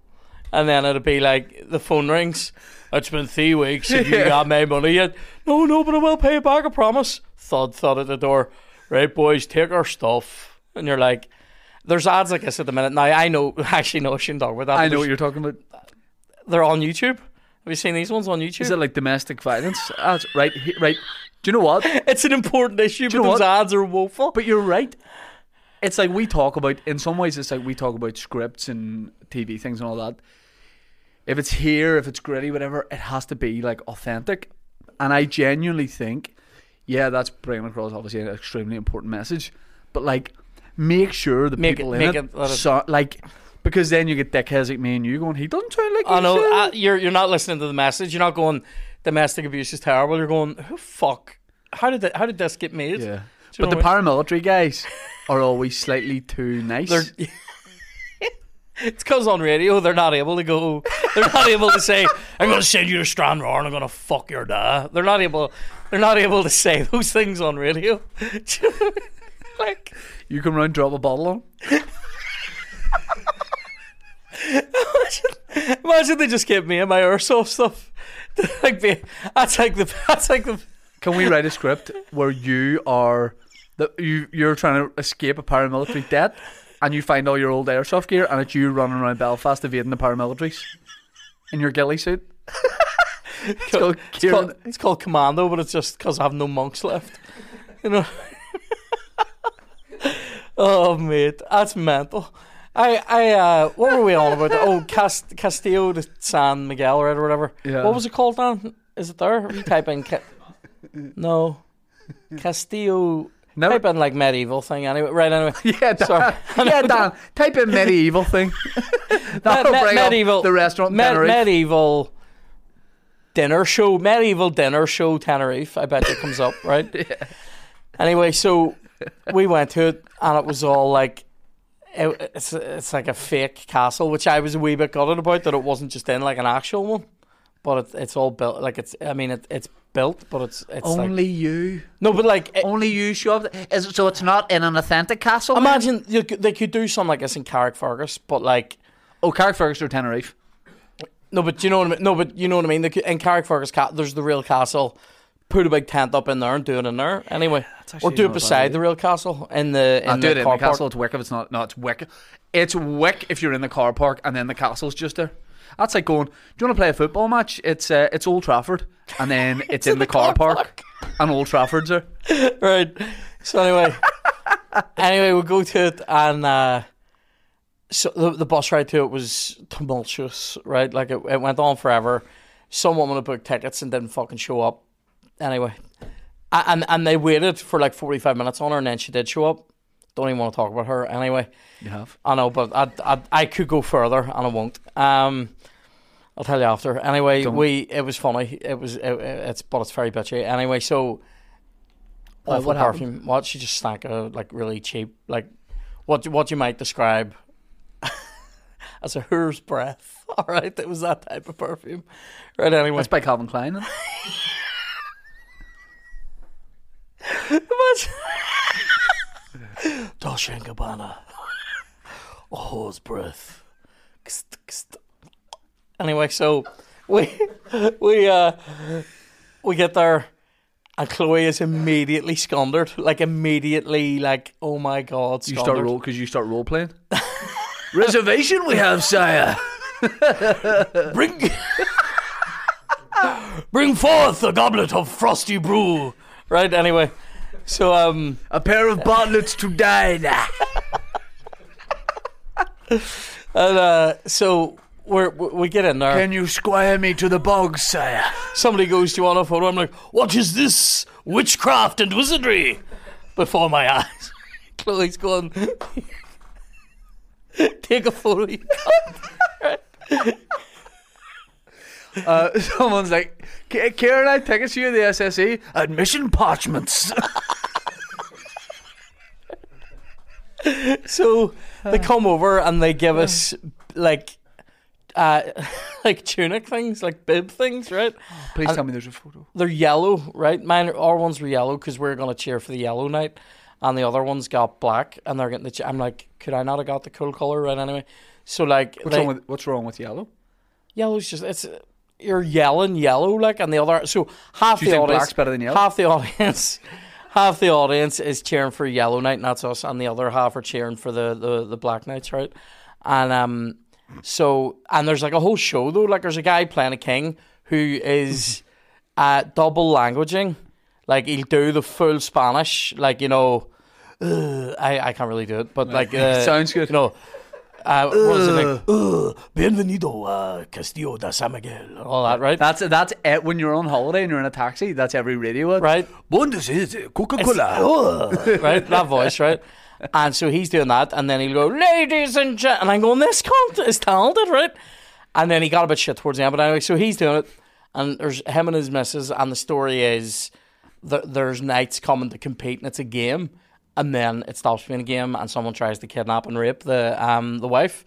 B: And then it'd be like the phone rings. It's been three weeks. Have you got my money yet? No, no, but I will pay it back. I promise. Thud, thud at the door. Right, boys, take our stuff. And you're like, There's ads like this at the minute. Now I know actually no, I shouldn't talk about that.
A: I know what
B: There's-
A: you're talking about.
B: they're on YouTube. Have you seen these ones on YouTube?
A: Is it like domestic violence? ads? right, he- right. Do you know what?
B: it's an important issue, but
A: you know
B: those
A: what?
B: ads are woeful.
A: But you're right. It's like we talk about. In some ways, it's like we talk about scripts and TV things and all that. If it's here, if it's gritty, whatever, it has to be like authentic. And I genuinely think, yeah, that's bringing across obviously an extremely important message. But like, make sure the
B: Make it-
A: people in
B: make
A: it,
B: it that is-
A: so- like, because then you get dickheads like me and you going, he doesn't sound like.
B: I know
A: himself."
B: uh, you're you're not listening to the message. You're not going domestic abuse is terrible. You're going who fuck. How did that, how did this get made?
A: yeah.
B: Do you
A: But
B: know
A: the paramilitary guys are always slightly too nice.
B: They're- It's because on radio they're not able to go. They're not able to say, "I'm going to send you to Stranraer and I'm going to fuck your dad." They're not able. They're not able to say those things on radio. Do you know what I mean? like
A: you come round, drop a bottle on. 'em.
B: imagine they just give me and my airsoft stuff. like be, that's like the that's like the
A: Can we write a script where you are the you you're trying to escape a paramilitary debt and you find all your old airsoft gear and it's you running around Belfast evading the paramilitaries in your ghillie suit? it's called
B: It's
A: Kieran.
B: called, it's called Commando, but it's just because I have no monks left. You know. oh mate, that's mental. I I uh, what were we on about? Oh, Cast, Castillo to San Miguel or whatever.
A: Yeah.
B: What was it called, Dan? Is it there? You type in ca- no Castillo.
A: Never-
B: Type in like medieval thing anyway. Right anyway.
A: yeah, Dan.
B: Sorry.
A: yeah, Dan. Type in medieval thing. That'll
B: Me- me-
A: bring
B: medieval-
A: up the restaurant. in
B: Med-
A: Tenerife.
B: medieval dinner show, medieval dinner show Tenerife. I bet it comes up, right? Anyway, so we went to it, and it was all like. It, it's it's like a fake castle, which I was a wee bit gutted about that it wasn't just in like an actual one, but it, it's all built like it's. I mean, it, it's built, but it's it's like
A: only you.
B: no, but like it-
A: Only you show up. Is it, so it's not in an authentic castle? then?
B: imagine you, could- they could do something like this in Carrickfergus, but like
A: oh, Carrickfergus or Tenerife?
B: No, but you know what I mean. No, but you know what I mean. The, in Carrickfergus, ca- there's the real castle. Put a big tent up in there and do it in there. Anyway, or
A: actually not
B: do
A: a
B: it
A: bad
B: beside
A: idea.
B: the real castle in the in
A: I do
B: the
A: it in
B: car
A: the
B: park.
A: castle. It's wick if it's not. No, it's wick. It's wick if you're in the car park and then the castle's just there. That's like going. Do you want to play a football match? It's uh, it's Old Trafford and then it's, in, the, car, park, and Old Trafford's there.
B: right. So anyway, anyway, we'll go to it, and uh, so the, the bus ride to it was tumultuous, right? Like it, it went on forever. Some woman had booked tickets and didn't fucking show up. Anyway, A- and and they waited for like forty five minutes on her, and then she did show up. Don't even want to talk about her. Anyway,
A: You have.
B: I know, but I, I, I could go further, and I won't. Um, I'll tell you after. Anyway,
A: Don't.
B: we it was funny. It was it, it's but it's very bitchy. Anyway, so
A: Uh,
B: awful
A: what happened?
B: perfume. What she just stank of like really cheap, like what what you might describe as a her's breath. All right, it was that type of perfume. Right. Anyway,
A: That's by Calvin Klein. then.
B: Imagine- Dolce and Gabbana. A horse breath. Kst, kst. Anyway, so we we uh we get there and Chloe is immediately squandered. Like immediately like, oh my god,
A: You
B: squandered.
A: start role because you start role playing. Reservation we have, sire.
B: Bring Bring forth a goblet of frosty brew. Right, anyway. So um
A: A pair of bartlets to dine.
B: and uh so we're, we we get in there.
A: Can you squire me to the bog, sire?
B: somebody goes, Do you want a photo? I'm like, What is this? Witchcraft and wizardry before my eyes. Chloe's gone. Take a photo. you
A: Uh, someone's like, "K- Karen, I tickets to you the SSE admission parchments.
B: So they come over and they give us like uh like tunic things, like bib things, right?
A: Please tell me there's a photo.
B: They're yellow, right? Mine our ones were yellow because we are gonna cheer for the yellow night, and the other ones got black, and they're getting the. Ch- I'm like, could I not have got the cool color right anyway? So like,
A: What's
B: they-
A: wrong with What's wrong with yellow?
B: Yellow's just it's you're yelling yellow like and the other so half
A: Do you
B: the
A: think
B: audience
A: black's better than yellow?
B: half the audience half the audience is cheering for Yellow Knight, and that's us, and the other half are cheering for the the, the Black Knights, right? And um, so and there's like a whole show though. Like there's a guy playing a king who is uh, double languaging. Like he'll do the full Spanish, like you know. "Ugh," I, I can't really do it, but like uh,
A: Sounds good.
B: You know, uh, what was it like? "Ugh, Bienvenido a Castillo de San Miguel, all that, right?
A: That's that's it when you're on holiday and you're in a taxi. That's every radio. ad.
B: Right.
A: Bon, this is Coca Cola.
B: "Ugh," right? That voice, right? And so he's doing that, and then he'll go, ladies and gent, and I'm going, this cunt is talented, right? And then he got a bit shit towards the end, but anyway, so he's doing it, and there's him and his missus, and the story is th- there's knights coming to compete, and it's a game, and then it stops being a game, and someone tries to kidnap and rape the um the wife,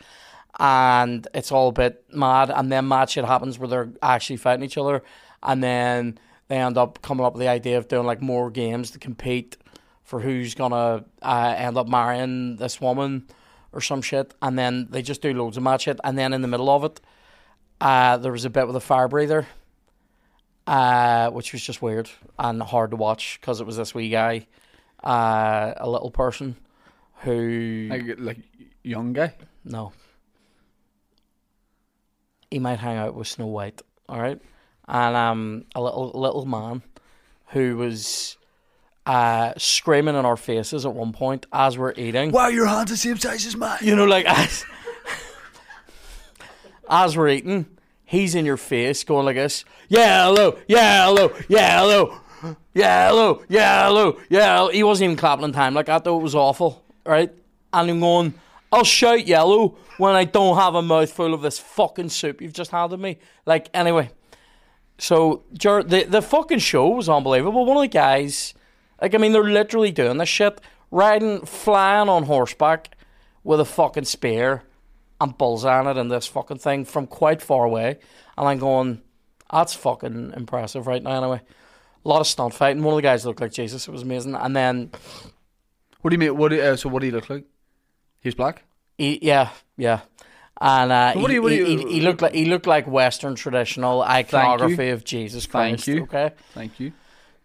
B: and it's all a bit mad, and then mad shit happens where they're actually fighting each other, and then they end up coming up with the idea of doing like more games to compete for who's gonna uh, end up marrying this woman or some shit, and then they just do loads of mad shit, and then in the middle of it, uh, there was a bit with a fire breather, uh, which was just weird and hard to watch because it was this wee guy, uh, a little person, who
A: Like, like young guy.
B: no, he might hang out with Snow White, all right, and um, a little little man who was. Uh, screaming in our faces at one point as we're eating.
A: Wow, your hands are the same size as mine.
B: you know, like as, as we're eating, he's in your face going like this. Yeah, hello, yeah, hello, yeah, hello, yeah, hello, yeah, hello, yeah. hello." He wasn't even clapping in time like that though. It was awful, right? And I'm going, I'll shout yellow when I don't have a mouthful of this fucking soup you've just handed me. Like anyway, so Ger- the the fucking show was unbelievable. One of the guys, like I mean, they're literally doing this shit, riding, flying on horseback with a fucking spear and bullseyeing it in this fucking thing from quite far away. And I'm going, that's fucking impressive right now. Anyway, a lot of stunt fighting. One of the guys looked like Jesus. It was amazing. And then,
A: What do you mean? What? Do, uh, so what do you look like? He's black.
B: he, yeah, yeah. And uh,
A: What do
B: he,
A: you- what do
B: he-
A: you-
B: he- he looked like he looked like Western traditional iconography of Jesus
A: Thank
B: Christ.
A: you.
B: Okay.
A: Thank you.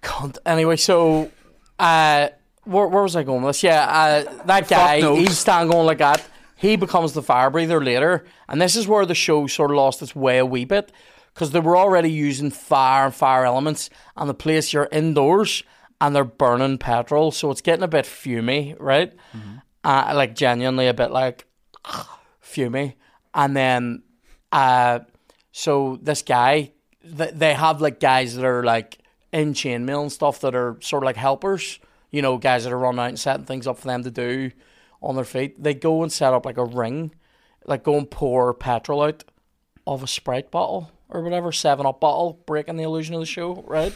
B: Cunt. Anyway, so uh, where, where was I going with this? Yeah, uh, that guy,
A: knows.
B: he's standing going like that. He becomes the fire breather later. And this is where the show sort of lost its way a wee bit because they were already using fire and fire elements. And the place you're indoors and they're burning petrol. So it's getting a bit fumy, right? Uh, like genuinely a bit like fumy. And then, uh, so this guy, th- they have like guys that are like in chainmail and stuff that are sort of like helpers, you know, guys that are running out and setting things up for them to do on their feet. They go and set up like a ring, like go and pour petrol out of a Sprite bottle or whatever, 7 Up bottle, breaking the illusion of the show, right?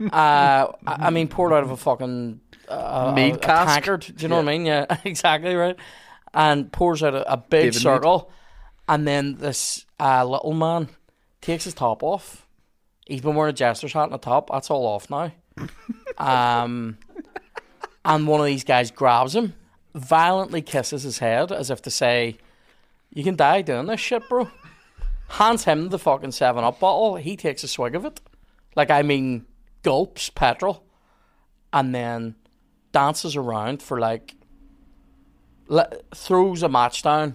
B: uh, I, I mean, poured out of a fucking uh,
A: Mead
B: a, a
A: cask.
B: tankard. Do you know what I mean? Yeah, exactly right. And pours out a, a big
A: David Mead.
B: circle, and then this uh, little man takes his top off. He's been wearing a jester's hat and a top. That's all off now. um, and one of these guys grabs him, violently kisses his head as if to say, "You can die doing this shit, bro." Hands him the fucking Seven Up bottle. He takes a swig of it, like I mean, gulps petrol, and then dances around for like le- throws a match down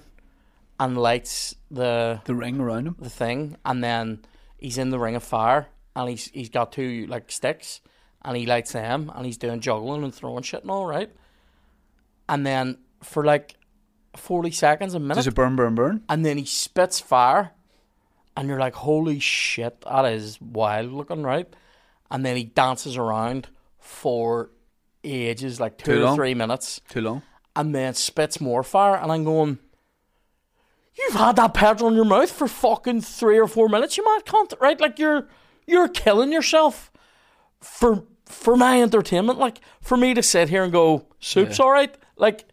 B: and lights the
A: The ring around him.
B: the thing and then he's in the ring of fire and he's he's got two like sticks and he lights them and he's doing juggling and throwing shit and all right and then for like 40 seconds a minute
A: Does it burn, burn, burn?
B: and then he spits fire, and you're like, holy shit, that is wild looking, right? And then he dances around for ages, like two
A: Too
B: or
A: long.
B: three minutes,
A: Too long.
B: and then spits more fire, and I'm going, you've had that petrol in your mouth for fucking three or four minutes, you mad cunt, right? Like you're you're killing yourself for for my entertainment, like for me to sit here and go, soup's all right, like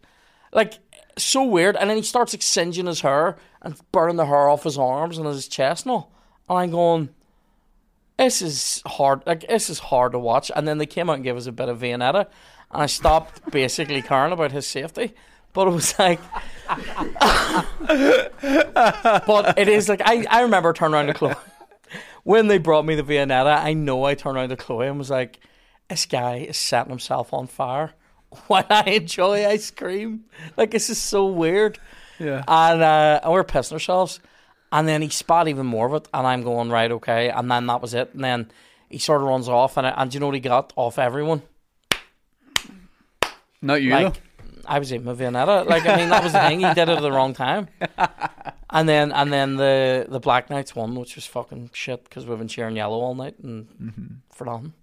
B: like so weird. And then he starts like singeing his hair and burning the hair off his arms and his chest and all. And I'm going, this is hard. Like this is hard to watch. And then they came out and gave us a bit of Vianetta, and I stopped basically caring about his safety. But it was like, but it is like I, I remember turning around to Chloe when they brought me the Vianetta. I know I turned around to Chloe and was like, this guy is setting himself on fire while I enjoy ice cream. Like this is so weird.
A: Yeah.
B: And uh, and we're pissing ourselves. And then he spot even more of it, and I'm going right, okay. And then that was it. And then he sort of runs off, and I, and do you know what he got off everyone?
A: Not you
B: Like I was eating my Vianetta. Like I mean, that was the thing. He did it at the wrong time. And then and then the the Black Knights won, which was fucking shit because we've been cheering yellow all night and
A: though. Mm-hmm.
B: for nothing.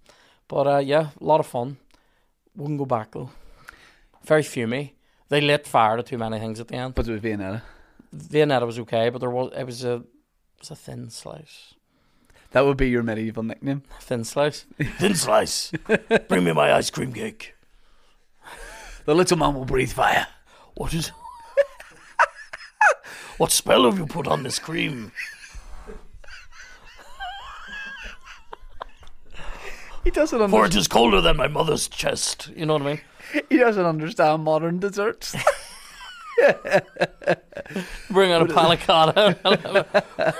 B: But uh, yeah, a lot of fun. Wouldn't go back though. Very fumey. They lit fire to too many things at the end.
A: But it was Vianetta.
B: Vianetta was okay, but there was it was a it was a thin slice.
A: That would be your medieval nickname.
B: Thin slice. thin slice. Bring me my ice cream cake.
A: The little man will breathe fire.
B: What is? what spell have you put on this cream?
A: He doesn't
B: For
A: understand.
B: it is colder than my mother's chest. You know what I mean?
A: He doesn't understand modern desserts.
B: Bring out a panacotta.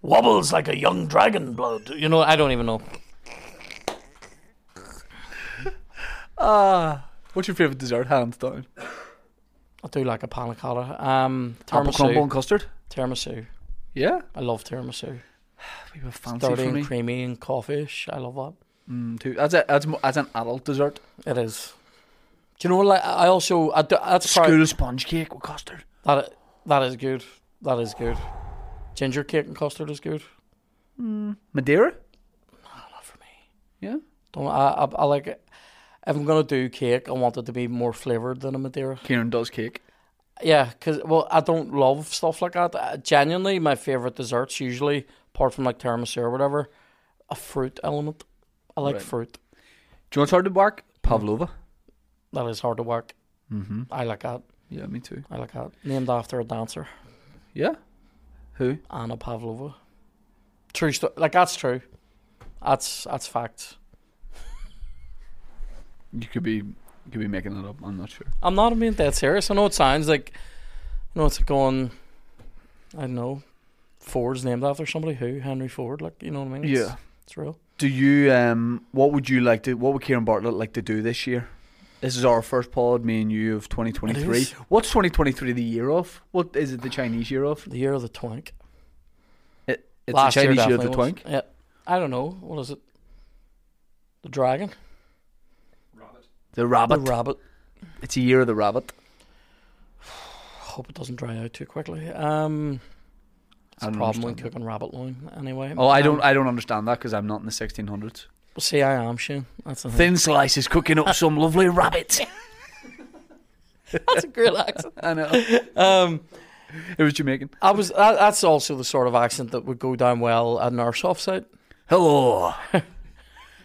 B: Wobbles like a young dragon blood. You know, I don't even know.
A: Ah, what's your favorite dessert? Hands down.
B: I do like a panacotta. Um,
A: Apple crumble
B: tiramisu.
A: and custard.
B: Tiramisu.
A: Yeah.
B: I love tiramisu.
A: We were fancy
B: Dirty
A: for me.
B: and creamy and coffee-ish. I love that.
A: Mm, too. That's a, that's mo- that's an adult dessert.
B: It is. Do you know what? Like, I also I do, that's part
A: School sponge cake with custard.
B: that that is good. That is good. Ginger cake and custard is good.
A: Madeira.
B: Not for me.
A: Yeah.
B: Don't I? I, I like it. If I'm gonna do cake, I want it to be more flavored than a Madeira.
A: Kieran does cake.
B: Yeah, because well, I don't love stuff like that. Uh, genuinely, my favorite desserts usually, apart from like tiramisu or whatever, a fruit element. I like
A: Right.
B: fruit.
A: Do you want to start to bark? Pavlova.
B: That is hard to work.
A: Mm-hmm.
B: I like that.
A: Yeah, me too.
B: I like that. Named after a dancer,
A: Yeah. Who?
B: Anna Pavlova. True story. Like that's true. That's that's facts.
A: You could be you could be making it up. I'm not sure.
B: I'm not being that serious. I know it sounds like, you know, it's going. I don't know. Ford's named after somebody who Henry Ford. Like you know what I mean? It's-
A: Yeah.
B: it's real.
A: Do you um? What would you like to? What would Kieran Bartlett like to do this year? This is our first pod, me and you of 2023.
B: is.
A: What's 2023 the year of? What is it the Chinese year of?
B: The year of the twink.
A: It, it's
B: Last
A: the
B: year
A: Chinese year, of the
B: definitely
A: twink.
B: was. Yeah. I don't know. What is it? The dragon?
A: The rabbit.
B: The rabbit.
A: it's a year of the rabbit.
B: Hope it doesn't dry out too quickly. Um, it's
A: I
B: a
A: don't
B: problem when
A: understand
B: cooking rabbit loin, anyway.
A: Oh, I
B: Um,
A: don't. I don't understand that because I'm not in the 1600s.
B: see, I am, Shane. That's the thing.
A: Thin Slice is cooking up some lovely rabbit.
B: That's a great accent.
A: I know.
B: Um,
A: It was Jamaican.
B: I was. That, that's also the sort of accent that would go down well at an airsoft site.
A: Hello.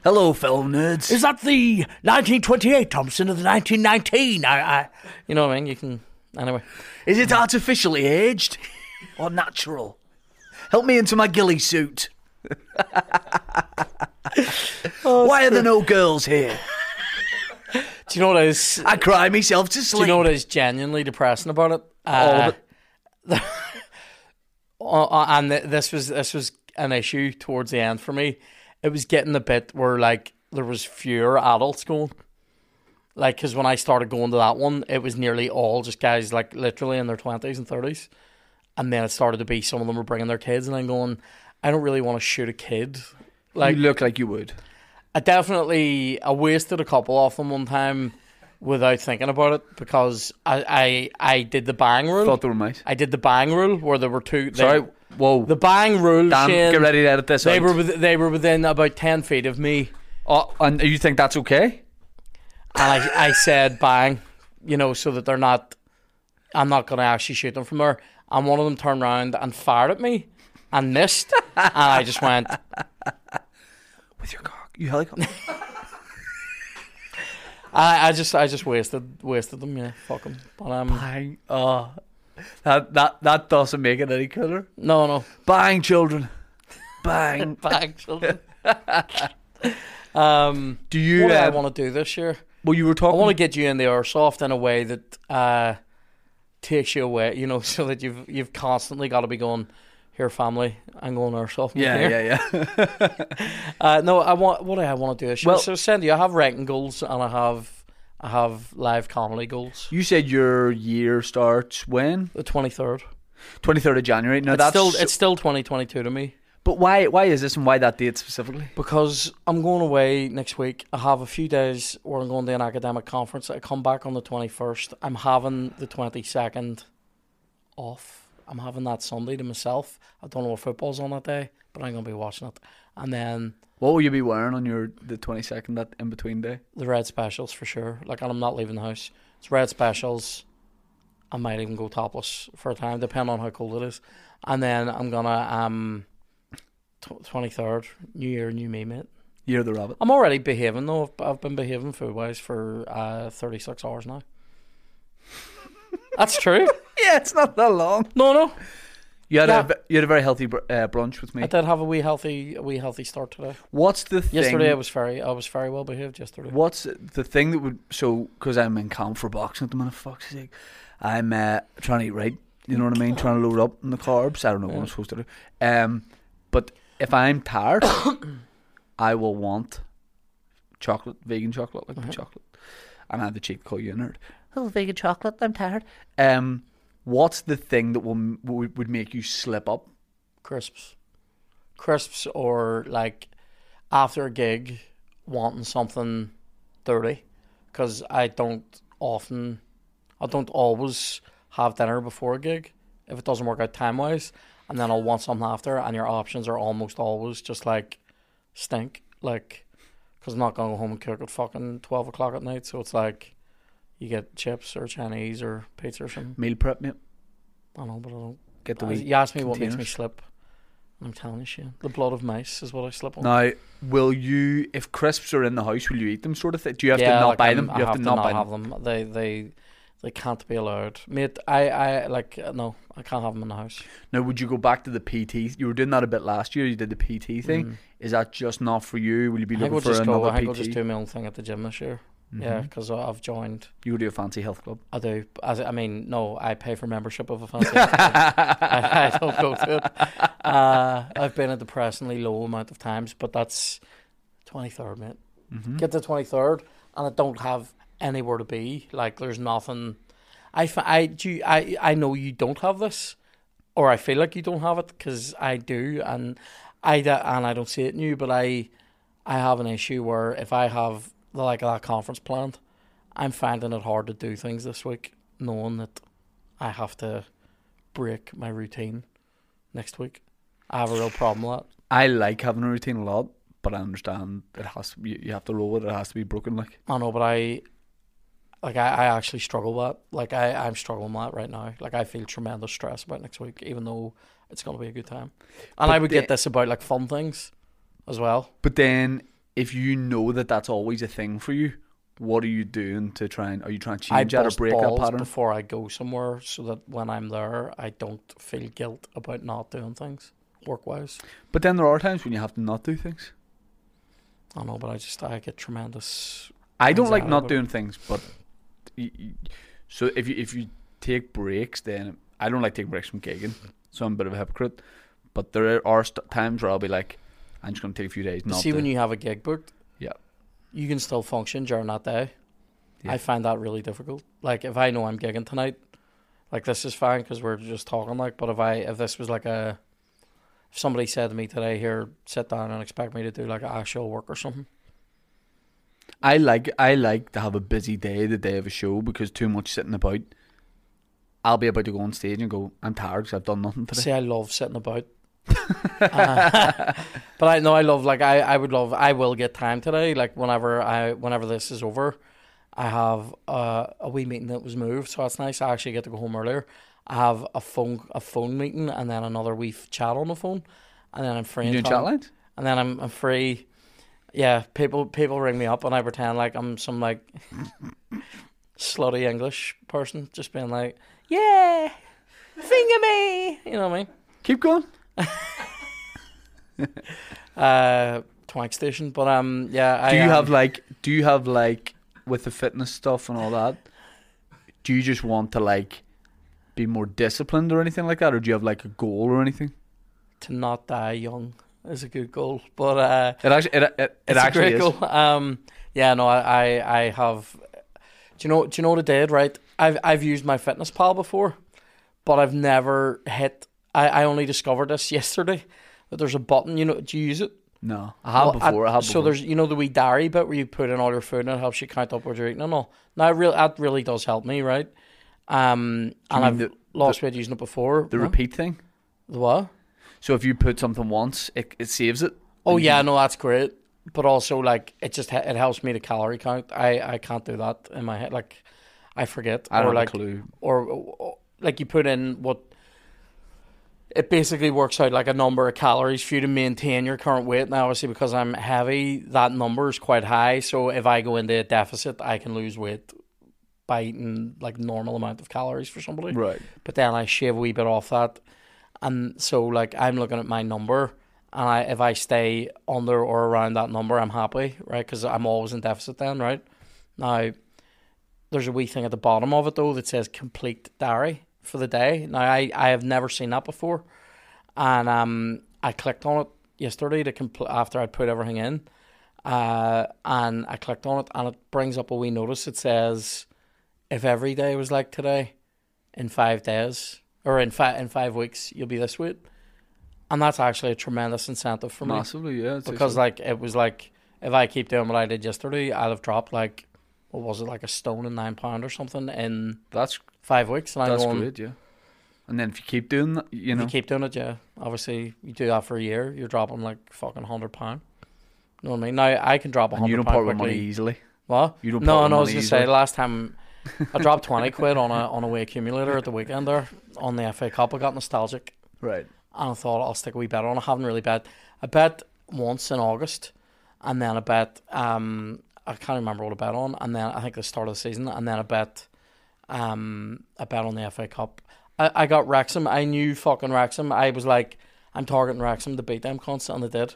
A: Hello, fellow nerds.
C: Is that the 1928 Thompson of the 1919? I, I,
B: You know what I mean? You can. Anyway,
A: Is it artificially aged or natural? Help me into my ghillie suit. Why are there no girls here?
B: do you know what is?
A: I cry myself to
B: Do
A: sleep.
B: you know what is genuinely depressing about it?
A: All of
B: Uh, uh, uh, and th- this was this was an issue towards the end for me. It was getting the bit where like there was fewer adults going. Like, because when I started going to that one, it was nearly all just guys like literally in their twenties and thirties, and then it started to be some of them were bringing their kids, and I'm going, I don't really want to shoot a kid. Like,
A: you look like you would.
B: I definitely I wasted a couple off them one time without thinking about it because I I, I did the bang rule.
A: Thought they were nice.
B: I did the bang rule where there were two. They,
A: Sorry. Whoa.
B: The bang rule.
A: Dan,
B: Shane,
A: get ready to edit this
B: They
A: out.
B: were with, they were within about ten feet of me,
A: oh, and you think that's okay?
B: and I I said bang, you know, so that they're not. I'm not going to actually shoot them from there. And one of them turned around and fired at me, and missed. and I just went,
A: With your cock. You helicopter.
B: I, I just I just wasted wasted them. Yeah, fuck them. But um,
A: Bang. Oh. That, that, that doesn't make it any cooler.
B: no no
A: Bang, children. Bang.
B: bang children. um,
A: Do you.
B: what do I
A: um,
B: want to do this year?
A: well, you were
B: I
A: talking.
B: want to get you in the airsoft in a way that uh, takes you away, you know, so that you've you've constantly got to be going, here, family, I'm going airsoft. in
A: Yeah,
B: here.
A: yeah, yeah.
B: Uh, no, I want. What do I want to do? Should
A: Well-
B: well, so Sandy, I have ranking goals and I have I have live comedy goals.
A: you said your year starts when?
B: The twenty third.
A: 23rd of January. Now
B: It's
A: that's
B: still
A: so-
B: it's still twenty twenty two to me
A: but why why is this and why that date specifically?
B: because I'm going away next week. I have a few days where I'm going to an academic conference. I come back on the twenty first. I'm having the twenty second off. I'm having that Sunday to myself. I don't know what football's on that day, but I'm gonna be watching it. And then
A: What will you be wearing on your the 22nd that in between day?
B: the red specials for sure. Like, and I'm not leaving the house. It's red specials. I might even go topless for a time, depending on how cold it is. And then I'm gonna um, twenty third, New Year, new me, mate.
A: Year of the rabbit.
B: I'm already behaving though. I've, I've been behaving food wise for uh, thirty six hours now. That's true.
A: Yeah, it's not that long.
B: No, no.
A: You had
B: Yeah.
A: a ve- you had a very healthy br- uh, brunch with
B: I
A: me.
B: did have a wee healthy, a wee healthy start today.
A: What's the thing?
B: Yesterday I was very, I was very well behaved yesterday.
A: What's the thing that would so? Because I'm in camp for boxing at the minute. Fuck's sake, I'm uh, trying to eat right. You know what I mean? Trying to load up on the carbs. I don't know what I'm
B: Yeah.
A: supposed to do. Um, but if I'm tired, I will want chocolate, vegan chocolate,
B: Uh-huh.
A: like the chocolate. And I have the cheek to call you a nerd. Oh, vegan chocolate. I'm tired. Um, what's the thing that will m- would would make you slip up?
B: crisps, crisps, or like after a gig, wanting something dirty, because I don't often, I don't always have dinner before a gig if it doesn't work out time wise, and then I'll want something after, and your options are almost always just like stink, like because I'm not gonna go home and cook at fucking twelve o'clock at night, so it's like. You get chips or Chinese or pizza or something.
A: Meal prep, mate.
B: I don't know, but I don't
A: Get the
B: uh,
A: wee
B: You asked me what makes me
A: containers.
B: slip. I'm telling you, Shane. The blood of mice is what I slip on.
A: Now, will you, if crisps are in the house, will you eat them, sort of thing? Do you have to not
B: like,
A: buy
B: I'm-
A: them?
B: I
A: You have, to, not buy them.
B: have them. They, they, they can't be allowed, mate. I, I like uh, no, I can't have them in the house.
A: Now, would you go back to the PT? You were doing that a bit last year. You did the PT thing. Is that just not for you? Will you be
B: Mm. I
A: looking
B: think we'll
A: for
B: just go.
A: another Mm-hmm.
B: I think we'll
A: PT?
B: just do my own thing at the gym this year. Yeah, because I've joined.
A: You go to a fancy health club.
B: I do. As, I mean, no, I pay for membership of a fancy. I, I don't go to it. Uh, I've been a depressingly low amount of times, but that's 23rd, mate. Get to 23rd, and I don't have anywhere to be. Like, there's nothing. I, fi- I, do you- I, I know you don't have this, or I feel like you don't have it because I do, and I d- and I don't see it in you, but I, I have an issue where if I have like that conference planned, I'm finding it hard to do things this week, knowing that I have to break my routine next week. I have a real problem with that.
A: I like having a routine a lot, but I understand it has to be, you- you have to roll with it. It has to be broken. Like
B: I know, but I like I, I actually struggle with that. like I, I'm struggling with that right now. Like I feel tremendous stress about next week, even though it's gonna be a good time. And I
A: But
B: would
A: the-
B: get this about like fun things as well.
A: But then, if you know that that's always a thing for you, what are you doing to try and are you trying to
B: I
A: change that or
B: bust
A: break that
B: balls
A: pattern?
B: before I go somewhere so that when I'm there I don't feel guilt about not doing things work wise.
A: But then there are times when you have to not do things.
B: I know, but I just I get tremendous
A: I don't like
B: Anxiety,
A: not
B: but-
A: doing things, but y y so if you if you take breaks, then I don't like taking breaks from gigging, so I'm a bit of a hypocrite. But there are st- times where I'll be like, I'm just gonna take a few days.
B: But
A: Not
B: see
A: do.
B: when you have a gig booked
A: Yeah.
B: you can still function during that day
A: Yeah.
B: i find that really difficult like if i know i'm gigging tonight like this is fine because we're just talking like but if i if this was like a if somebody said to me today here sit down and expect me to do like an actual work or something
A: I like I like to have a busy day, the day of a show, because too much sitting about. I'll be about to go on stage and go, I'm tired because I've done nothing today.
B: see i love sitting about Uh, but i know i love like I, I would love i will get time today like whenever i whenever this is over I have uh, a wee meeting that was moved, so that's nice. I actually get to go home earlier. I have a phone a phone meeting and then another wee f- chat on the phone, and then I'm free.
A: you
B: in
A: doing
B: time.
A: chat lines?
B: And then I'm I'm free. Yeah, people people ring me up and I pretend like I'm some like slutty English person, just being like, yeah, finger me. You know what I mean?
A: Keep going.
B: Uh, twank station. But um, yeah. I,
A: Do you
B: um,
A: have like? Do you have like with the fitness stuff and all that? Do you just want to like be more disciplined or anything like that, or do you have like a goal or anything?
B: to not die young is a good goal. But uh,
A: It actually, it, it, it
B: it's
A: actually
B: a great
A: is.
B: goal. Um, yeah, no, I, I, I have. Do you know? Do you know what I did? Right, I've I've used my fitness pal before, but I've never hit. I, I only discovered this yesterday. That there's a button. You know, do you use it?
A: No, I have
B: Well, I-
A: before. I, have
B: So
A: before.
B: there's you know the wee diary bit where you put in all your food and it helps you count up what you're eating and all. Now really that really does help me, right? Um, and
A: mean
B: I've
A: the-
B: lost weight using it before.
A: the
B: Huh?
A: repeat thing.
B: The what?
A: So if you put something once, it, it saves it.
B: Oh
A: And you
B: yeah,
A: can-
B: no, that's great. But also like it just he- it helps me to calorie count. I I can't do that in my head. Like I forget
A: I don't
B: or
A: have
B: like
A: a clue.
B: or, or like you put in what. It basically works out like a number of calories for you to maintain your current weight. Now, obviously, because I'm heavy, that number is quite high. So if I go into a deficit, I can lose weight by eating like normal amount of calories for somebody
A: Right.
B: but then I shave a wee bit off that, and so like I'm looking at my number, and I if I stay under or around that number, I'm happy, right? Because I'm always in deficit then, right? Now, there's a wee thing at the bottom of it though that says complete diary for the day. Now I I have never seen that before, and um I clicked on it yesterday to complete after I'd put everything in. Uh, and I clicked on it, and it brings up a wee notice. It says, "If every day was like today, in five days or in five in five weeks you'll be this weight and that's actually a tremendous incentive for me
A: Massively, yeah. it's-
B: because
A: it's-
B: like it was like if i keep doing what i did yesterday i'll have dropped like what was it like a stone and nine pound or something in
A: that's
B: five weeks and i'm
A: that's
B: going
A: great, yeah. And then if you keep doing that, you
B: if
A: know,
B: you keep doing it yeah obviously you do that for a year you're dropping like fucking 100 pound you know what i mean now i can drop a
A: and
B: 100
A: you don't
B: pound
A: part with
B: quickly.
A: money easily.
B: What?
A: You don't part
B: No,
A: with
B: no. I was
A: money
B: gonna say
A: easily.
B: last time I dropped twenty quid on a on a wee accumulator at the weekend there on the FA Cup. I got nostalgic
A: Right.
B: and I thought I'll stick a wee bet on. I haven't really bet. I bet once in August, and then I bet. Um, I can't remember what I bet on, and then I think the start of the season, and then I bet. Um, I bet on the FA Cup. I, I got Wrexham. I knew fucking Wrexham. I was like, I'm targeting Wrexham to beat them cunts, and they did.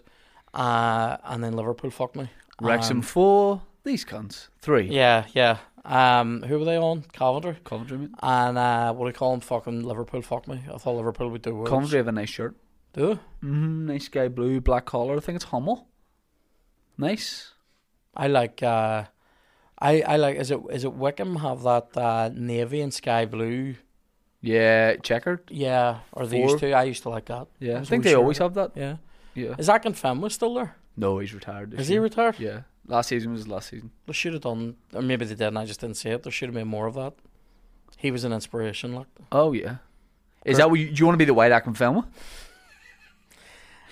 B: Uh, and then Liverpool fucked me.
A: Wrexham
B: Um,
A: four. These cunts three.
B: yeah, yeah. Um, who were they on? Coventry.
A: Coventry. Mate.
B: And uh, what do you call them? Fucking Liverpool. Fuck me. I thought Liverpool would do worse.
A: Coventry have a nice shirt.
B: Do they?
A: Mm, nice sky blue, black collar. I think it's Hummel. Nice.
B: I like. Uh, I I like. Is it is it Wickham have that uh, navy and sky blue?
A: Yeah, checkered.
B: Yeah, or they used
A: Four.
B: to. I used to like that.
A: Yeah, I
B: Those
A: think
B: wee
A: they always have
B: shirt-
A: that.
B: Yeah.
A: Yeah.
B: Is Akin Fenwa still there?
A: No, he's retired. this
B: Is he
A: year.
B: retired?
A: Yeah, last season was his last season.
B: They should have done, or maybe they did, and I just didn't see it. There should have been more of that. He was an inspiration. Like
A: Oh yeah.
B: Correct.
A: Is that what you, do you want to be the white Akin Felma?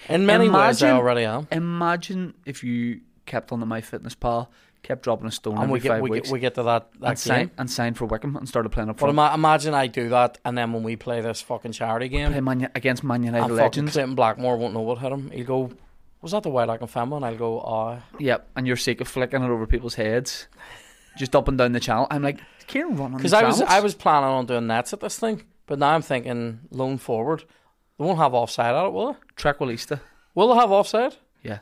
B: in many ways,
A: Imagine-
B: I already am.
A: Imagine if you kept on the MyFitnessPal, kept dropping a stone
B: And
A: every
B: we get
A: five
B: we,
A: weeks,
B: get we get to that that
A: and,
B: game.
A: signed, and signed for Wickham and started playing up front.
B: But ima- imagine I do that, and then when we play this fucking charity game,
A: Play Man, against Man
B: and
A: United
B: fucking
A: legends.
B: Clinton Blackmore won't know what hit him. He'll go, "Was that the White Akin Fenwa?" And I'll go, "Ah."
A: Yep, and you're sick of flicking it over people's heads, just up and down the channel. I'm like, Kieran run on the
B: Because I was
A: channels.
B: I was planning on doing nets at this thing, but now I'm thinking loan forward. They won't have offside at it, will they?
A: Tranquilista,
B: Will they have offside?
A: yeah,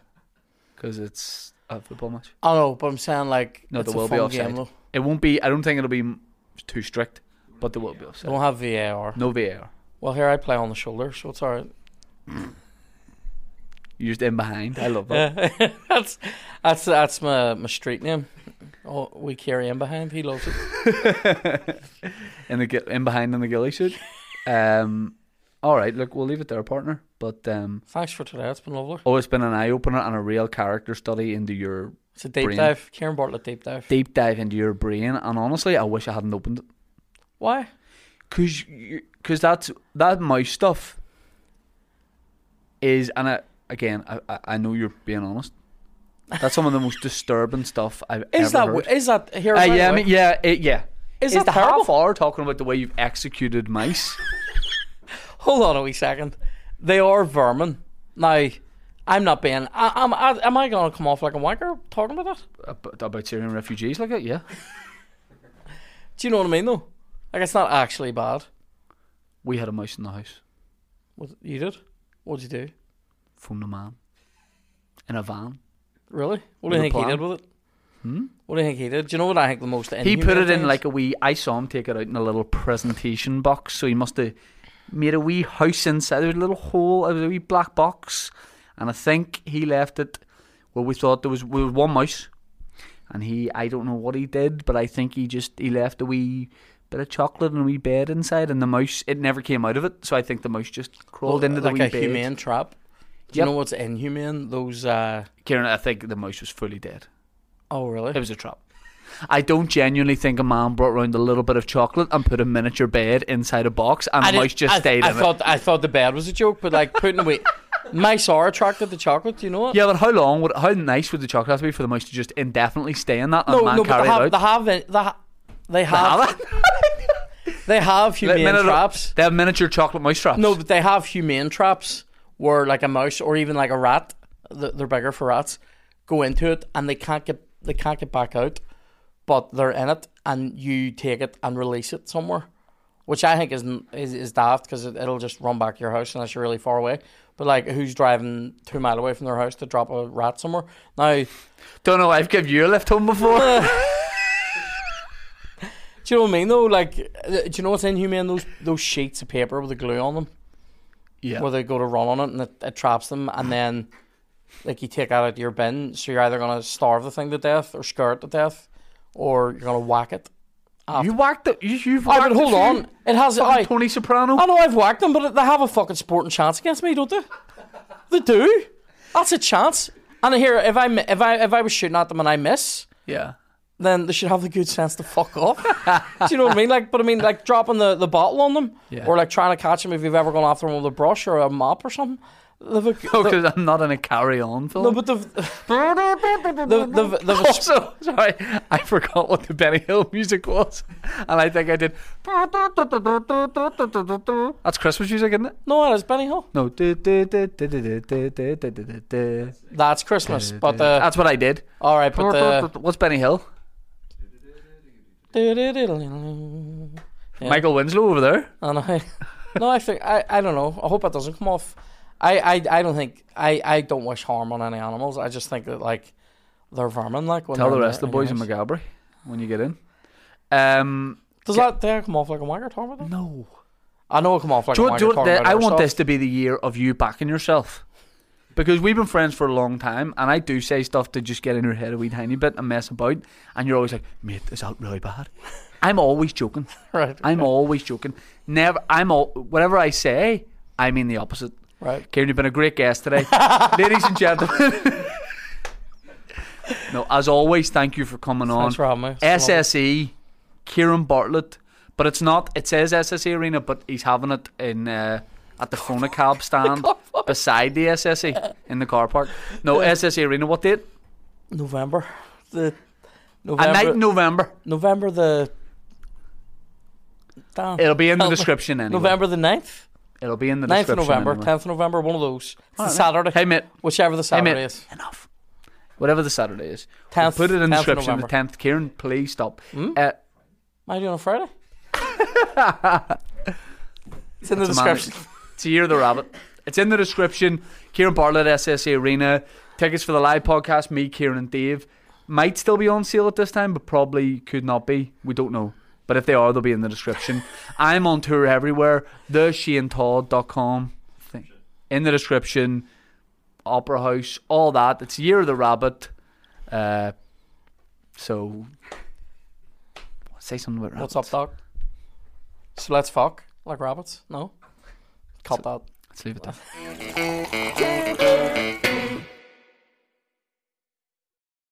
A: because it's a football match.
B: I don't know, but I'm saying like
A: No,
B: it's
A: there
B: a
A: will be
B: fun
A: offside.
B: game though.
A: It won't be. I don't think it'll be m- too strict, but there will be
B: They
A: offside.
B: don't have VAR.
A: No VAR.
B: Well, here I play on the shoulder, so it's alright.
A: You're just in behind. I love that.
B: Yeah. that's that's that's my, my street name. Oh, we carry him behind. He loves it.
A: in the gi- in behind in the ghillie suit. Um, all right, look, we'll leave it there, partner. But um,
B: Thanks for today. It's been lovely.
A: oh, it's been an eye opener and a real character study into your
B: It's a deep
A: Brain.
B: dive. Kieran Bartlett deep dive.
A: deep dive into your brain. And honestly, I wish I hadn't opened it
B: Why?
A: because because that's that mouse stuff is and I, again I I- I know you're being honest. That's some of the most disturbing stuff I've ever
B: Is that
A: heard.
B: w- is that here?
A: Uh,
B: by the
A: yeah, I
B: way,
A: mean, yeah, it, yeah.
B: is,
A: Is
B: that
A: the
B: terrible?
A: half hour talking about the way you've executed mice?
B: Hold on a wee second. They are vermin. Now, I'm not being. I, I'm, I, am I going to come off like a wanker talking about that?
A: about, about Syrian refugees like that? Yeah.
B: Do you know what I mean, though? Like, it's not actually bad.
A: We had a mouse in the house.
B: What you did? What'd you do?
A: from the man in a van.
B: Really? What do
A: With a
B: you think he did
A: plan. Hmm?
B: with it? What do you think he did? Do you know what I think the most?
A: He put
B: inhumane
A: it
B: thing
A: in
B: is?
A: like a wee. I saw him take it out in a little presentation box, so he must have made a wee house inside. There was a little hole. It was a wee black box, and I think he left it where we thought there was, there was one mouse. And he, I don't know what he did, but I think he just he left a wee bit of chocolate and a wee bed inside, and the mouse it never came out of it. So I think the mouse just crawled into the
B: like
A: wee
B: a
A: bed.
B: humane trap. Do
A: Yep.
B: you know what's inhumane? Those. uh
A: Kieran, I think the mouse was fully dead.
B: Oh really?
A: It was a trap. I don't genuinely think a man brought round a little bit of chocolate and put a miniature bed inside a box, and the
B: didn't-
A: mouse just
B: I,
A: stayed
B: I
A: in
B: thought I thought the bed was a joke, but like putting away mice are attracted to chocolate. Do you know what?
A: it. Yeah, but how long would how nice would the chocolate have to be for the mouse to just indefinitely stay in that and
B: No,
A: man
B: Oh, no, but
A: carry
B: they
A: it
B: have,
A: out?
B: they have it- they ha- they have
A: Have it?
B: they have
A: Like,
B: humane
A: mini-
B: traps.
A: They have miniature chocolate mouse traps.
B: No, but they have humane traps where like a mouse or even like a rat, th- they're bigger for rats, go into it and they can't get they can't get back out, but they're in it and you take it and release it somewhere, which I think is n- is, is daft because it, it'll just run back to your house unless you're really far away. But like, who's driving two mile away from their house to drop a rat somewhere? Now,
A: don't know. I've given you a lift home before.
B: Do you know what I mean though? Like, uh, do you know what's inhumane? Those those sheets of paper with the glue on them,
A: yeah,
B: where they go to run on it and it, it traps them, and then like you take it out of your bin, so you're either gonna starve the thing to death or scare it to death, or you're gonna whack it.
A: you whacked it. You, you've
B: Oh,
A: whacked
B: but
A: it
B: hold
A: for
B: on,
A: you.
B: it has.
A: Fucking
B: I,
A: Tony Soprano.
B: I know I've whacked them, but they have a fucking sporting chance against me, don't they? They do. That's a chance. And here, if I mi- if I if I was shooting at them and I miss,
A: yeah,
B: then they should have the good sense to fuck off. Do you know what I mean? Like, but I mean, like dropping the, the bottle on them,
A: Yeah.
B: or like trying to catch them if you've ever gone after them with a brush or a mop or something. They've a,
A: because I'm not in a carry-on film.
B: no, but they've, they've, they've, they've a,
A: Also, sorry, I forgot what the Benny Hill music was, and I think I did. That's Christmas music, isn't it?
B: no, it's Benny Hill.
A: No. That's
B: That's Christmas, but uh,
A: what I did.
B: all right, but uh, the
A: What's Benny Hill?
B: Yeah.
A: Michael Winslow over there.
B: And I, no, I think I, I don't know. I hope it doesn't come off. I, I, I don't think I, I don't wish harm on any animals. I just think that like they're vermin. Like when
A: Tell
B: they're
A: the
B: in
A: rest of the boys in
B: house.
A: McGalbury when you get in. Um,
B: Does that they come off like a wanger target? though?
A: no.
B: I know it come off like
A: Do
B: a
A: you,
B: wanger
A: want- do you, want
B: target.
A: the- I want
B: ourselves.
A: this to be the year of you backing yourself. Because we've been friends for a long time, and I do say stuff to just get in your head a wee tiny bit and mess about, and you're always like, mate, is that really bad? I'm always joking.
B: Right.
A: I'm always joking. Never, I'm all, whatever I say, I mean the opposite.
B: Right.
A: Kieran, you've been a great guest today. Ladies and gentlemen. no, as always, thank you for coming on.
B: Thanks for having me. It's been lovely.
A: SSE, E, Kieran Bartlett, but it's not. It says SSE Arena, but he's having it in uh, at the Phonacab stand beside the SSE in the car park. No, SSE Arena. What date?
B: November. The
A: A night in
B: November.
A: November.
B: November the. Damn.
A: It'll be in the
B: Help me.
A: description anyway.
B: November the 9th?
A: It'll be in the
B: 9th of
A: description.
B: November,
A: anyway.
B: 10th of November, one of those. It's
A: Alright.
B: the Saturday.
A: Hey mate,
B: Whichever the
A: hey
B: Saturday
A: mate,
B: is.
A: enough. Whatever the Saturday is,
B: 10th,
A: put it in the
B: 10th of
A: description. The
B: November. Hmm?
A: tenth, Kieran, please stop. Uh,
B: Am I doing on Friday?
A: It's
B: it's in the
A: a man-
B: description.
A: It's a year of the rabbit. It's in the description. Kieran Bartlett, SSA Arena. Tickets for the live podcast, me, Kieran, and Dave. Might still be on sale at this time, but probably could not be. We don't know. But if they are, they'll be in the description. I'm on tour everywhere. TheShaneTodd.com. Thing. In the description. Opera House, all that. It's Year of the Rabbit. Uh, so, say something about rabbits.
B: What's up, Doc? So let's fuck like rabbits? No? Cut that.
A: Let's leave it there.
D: Thank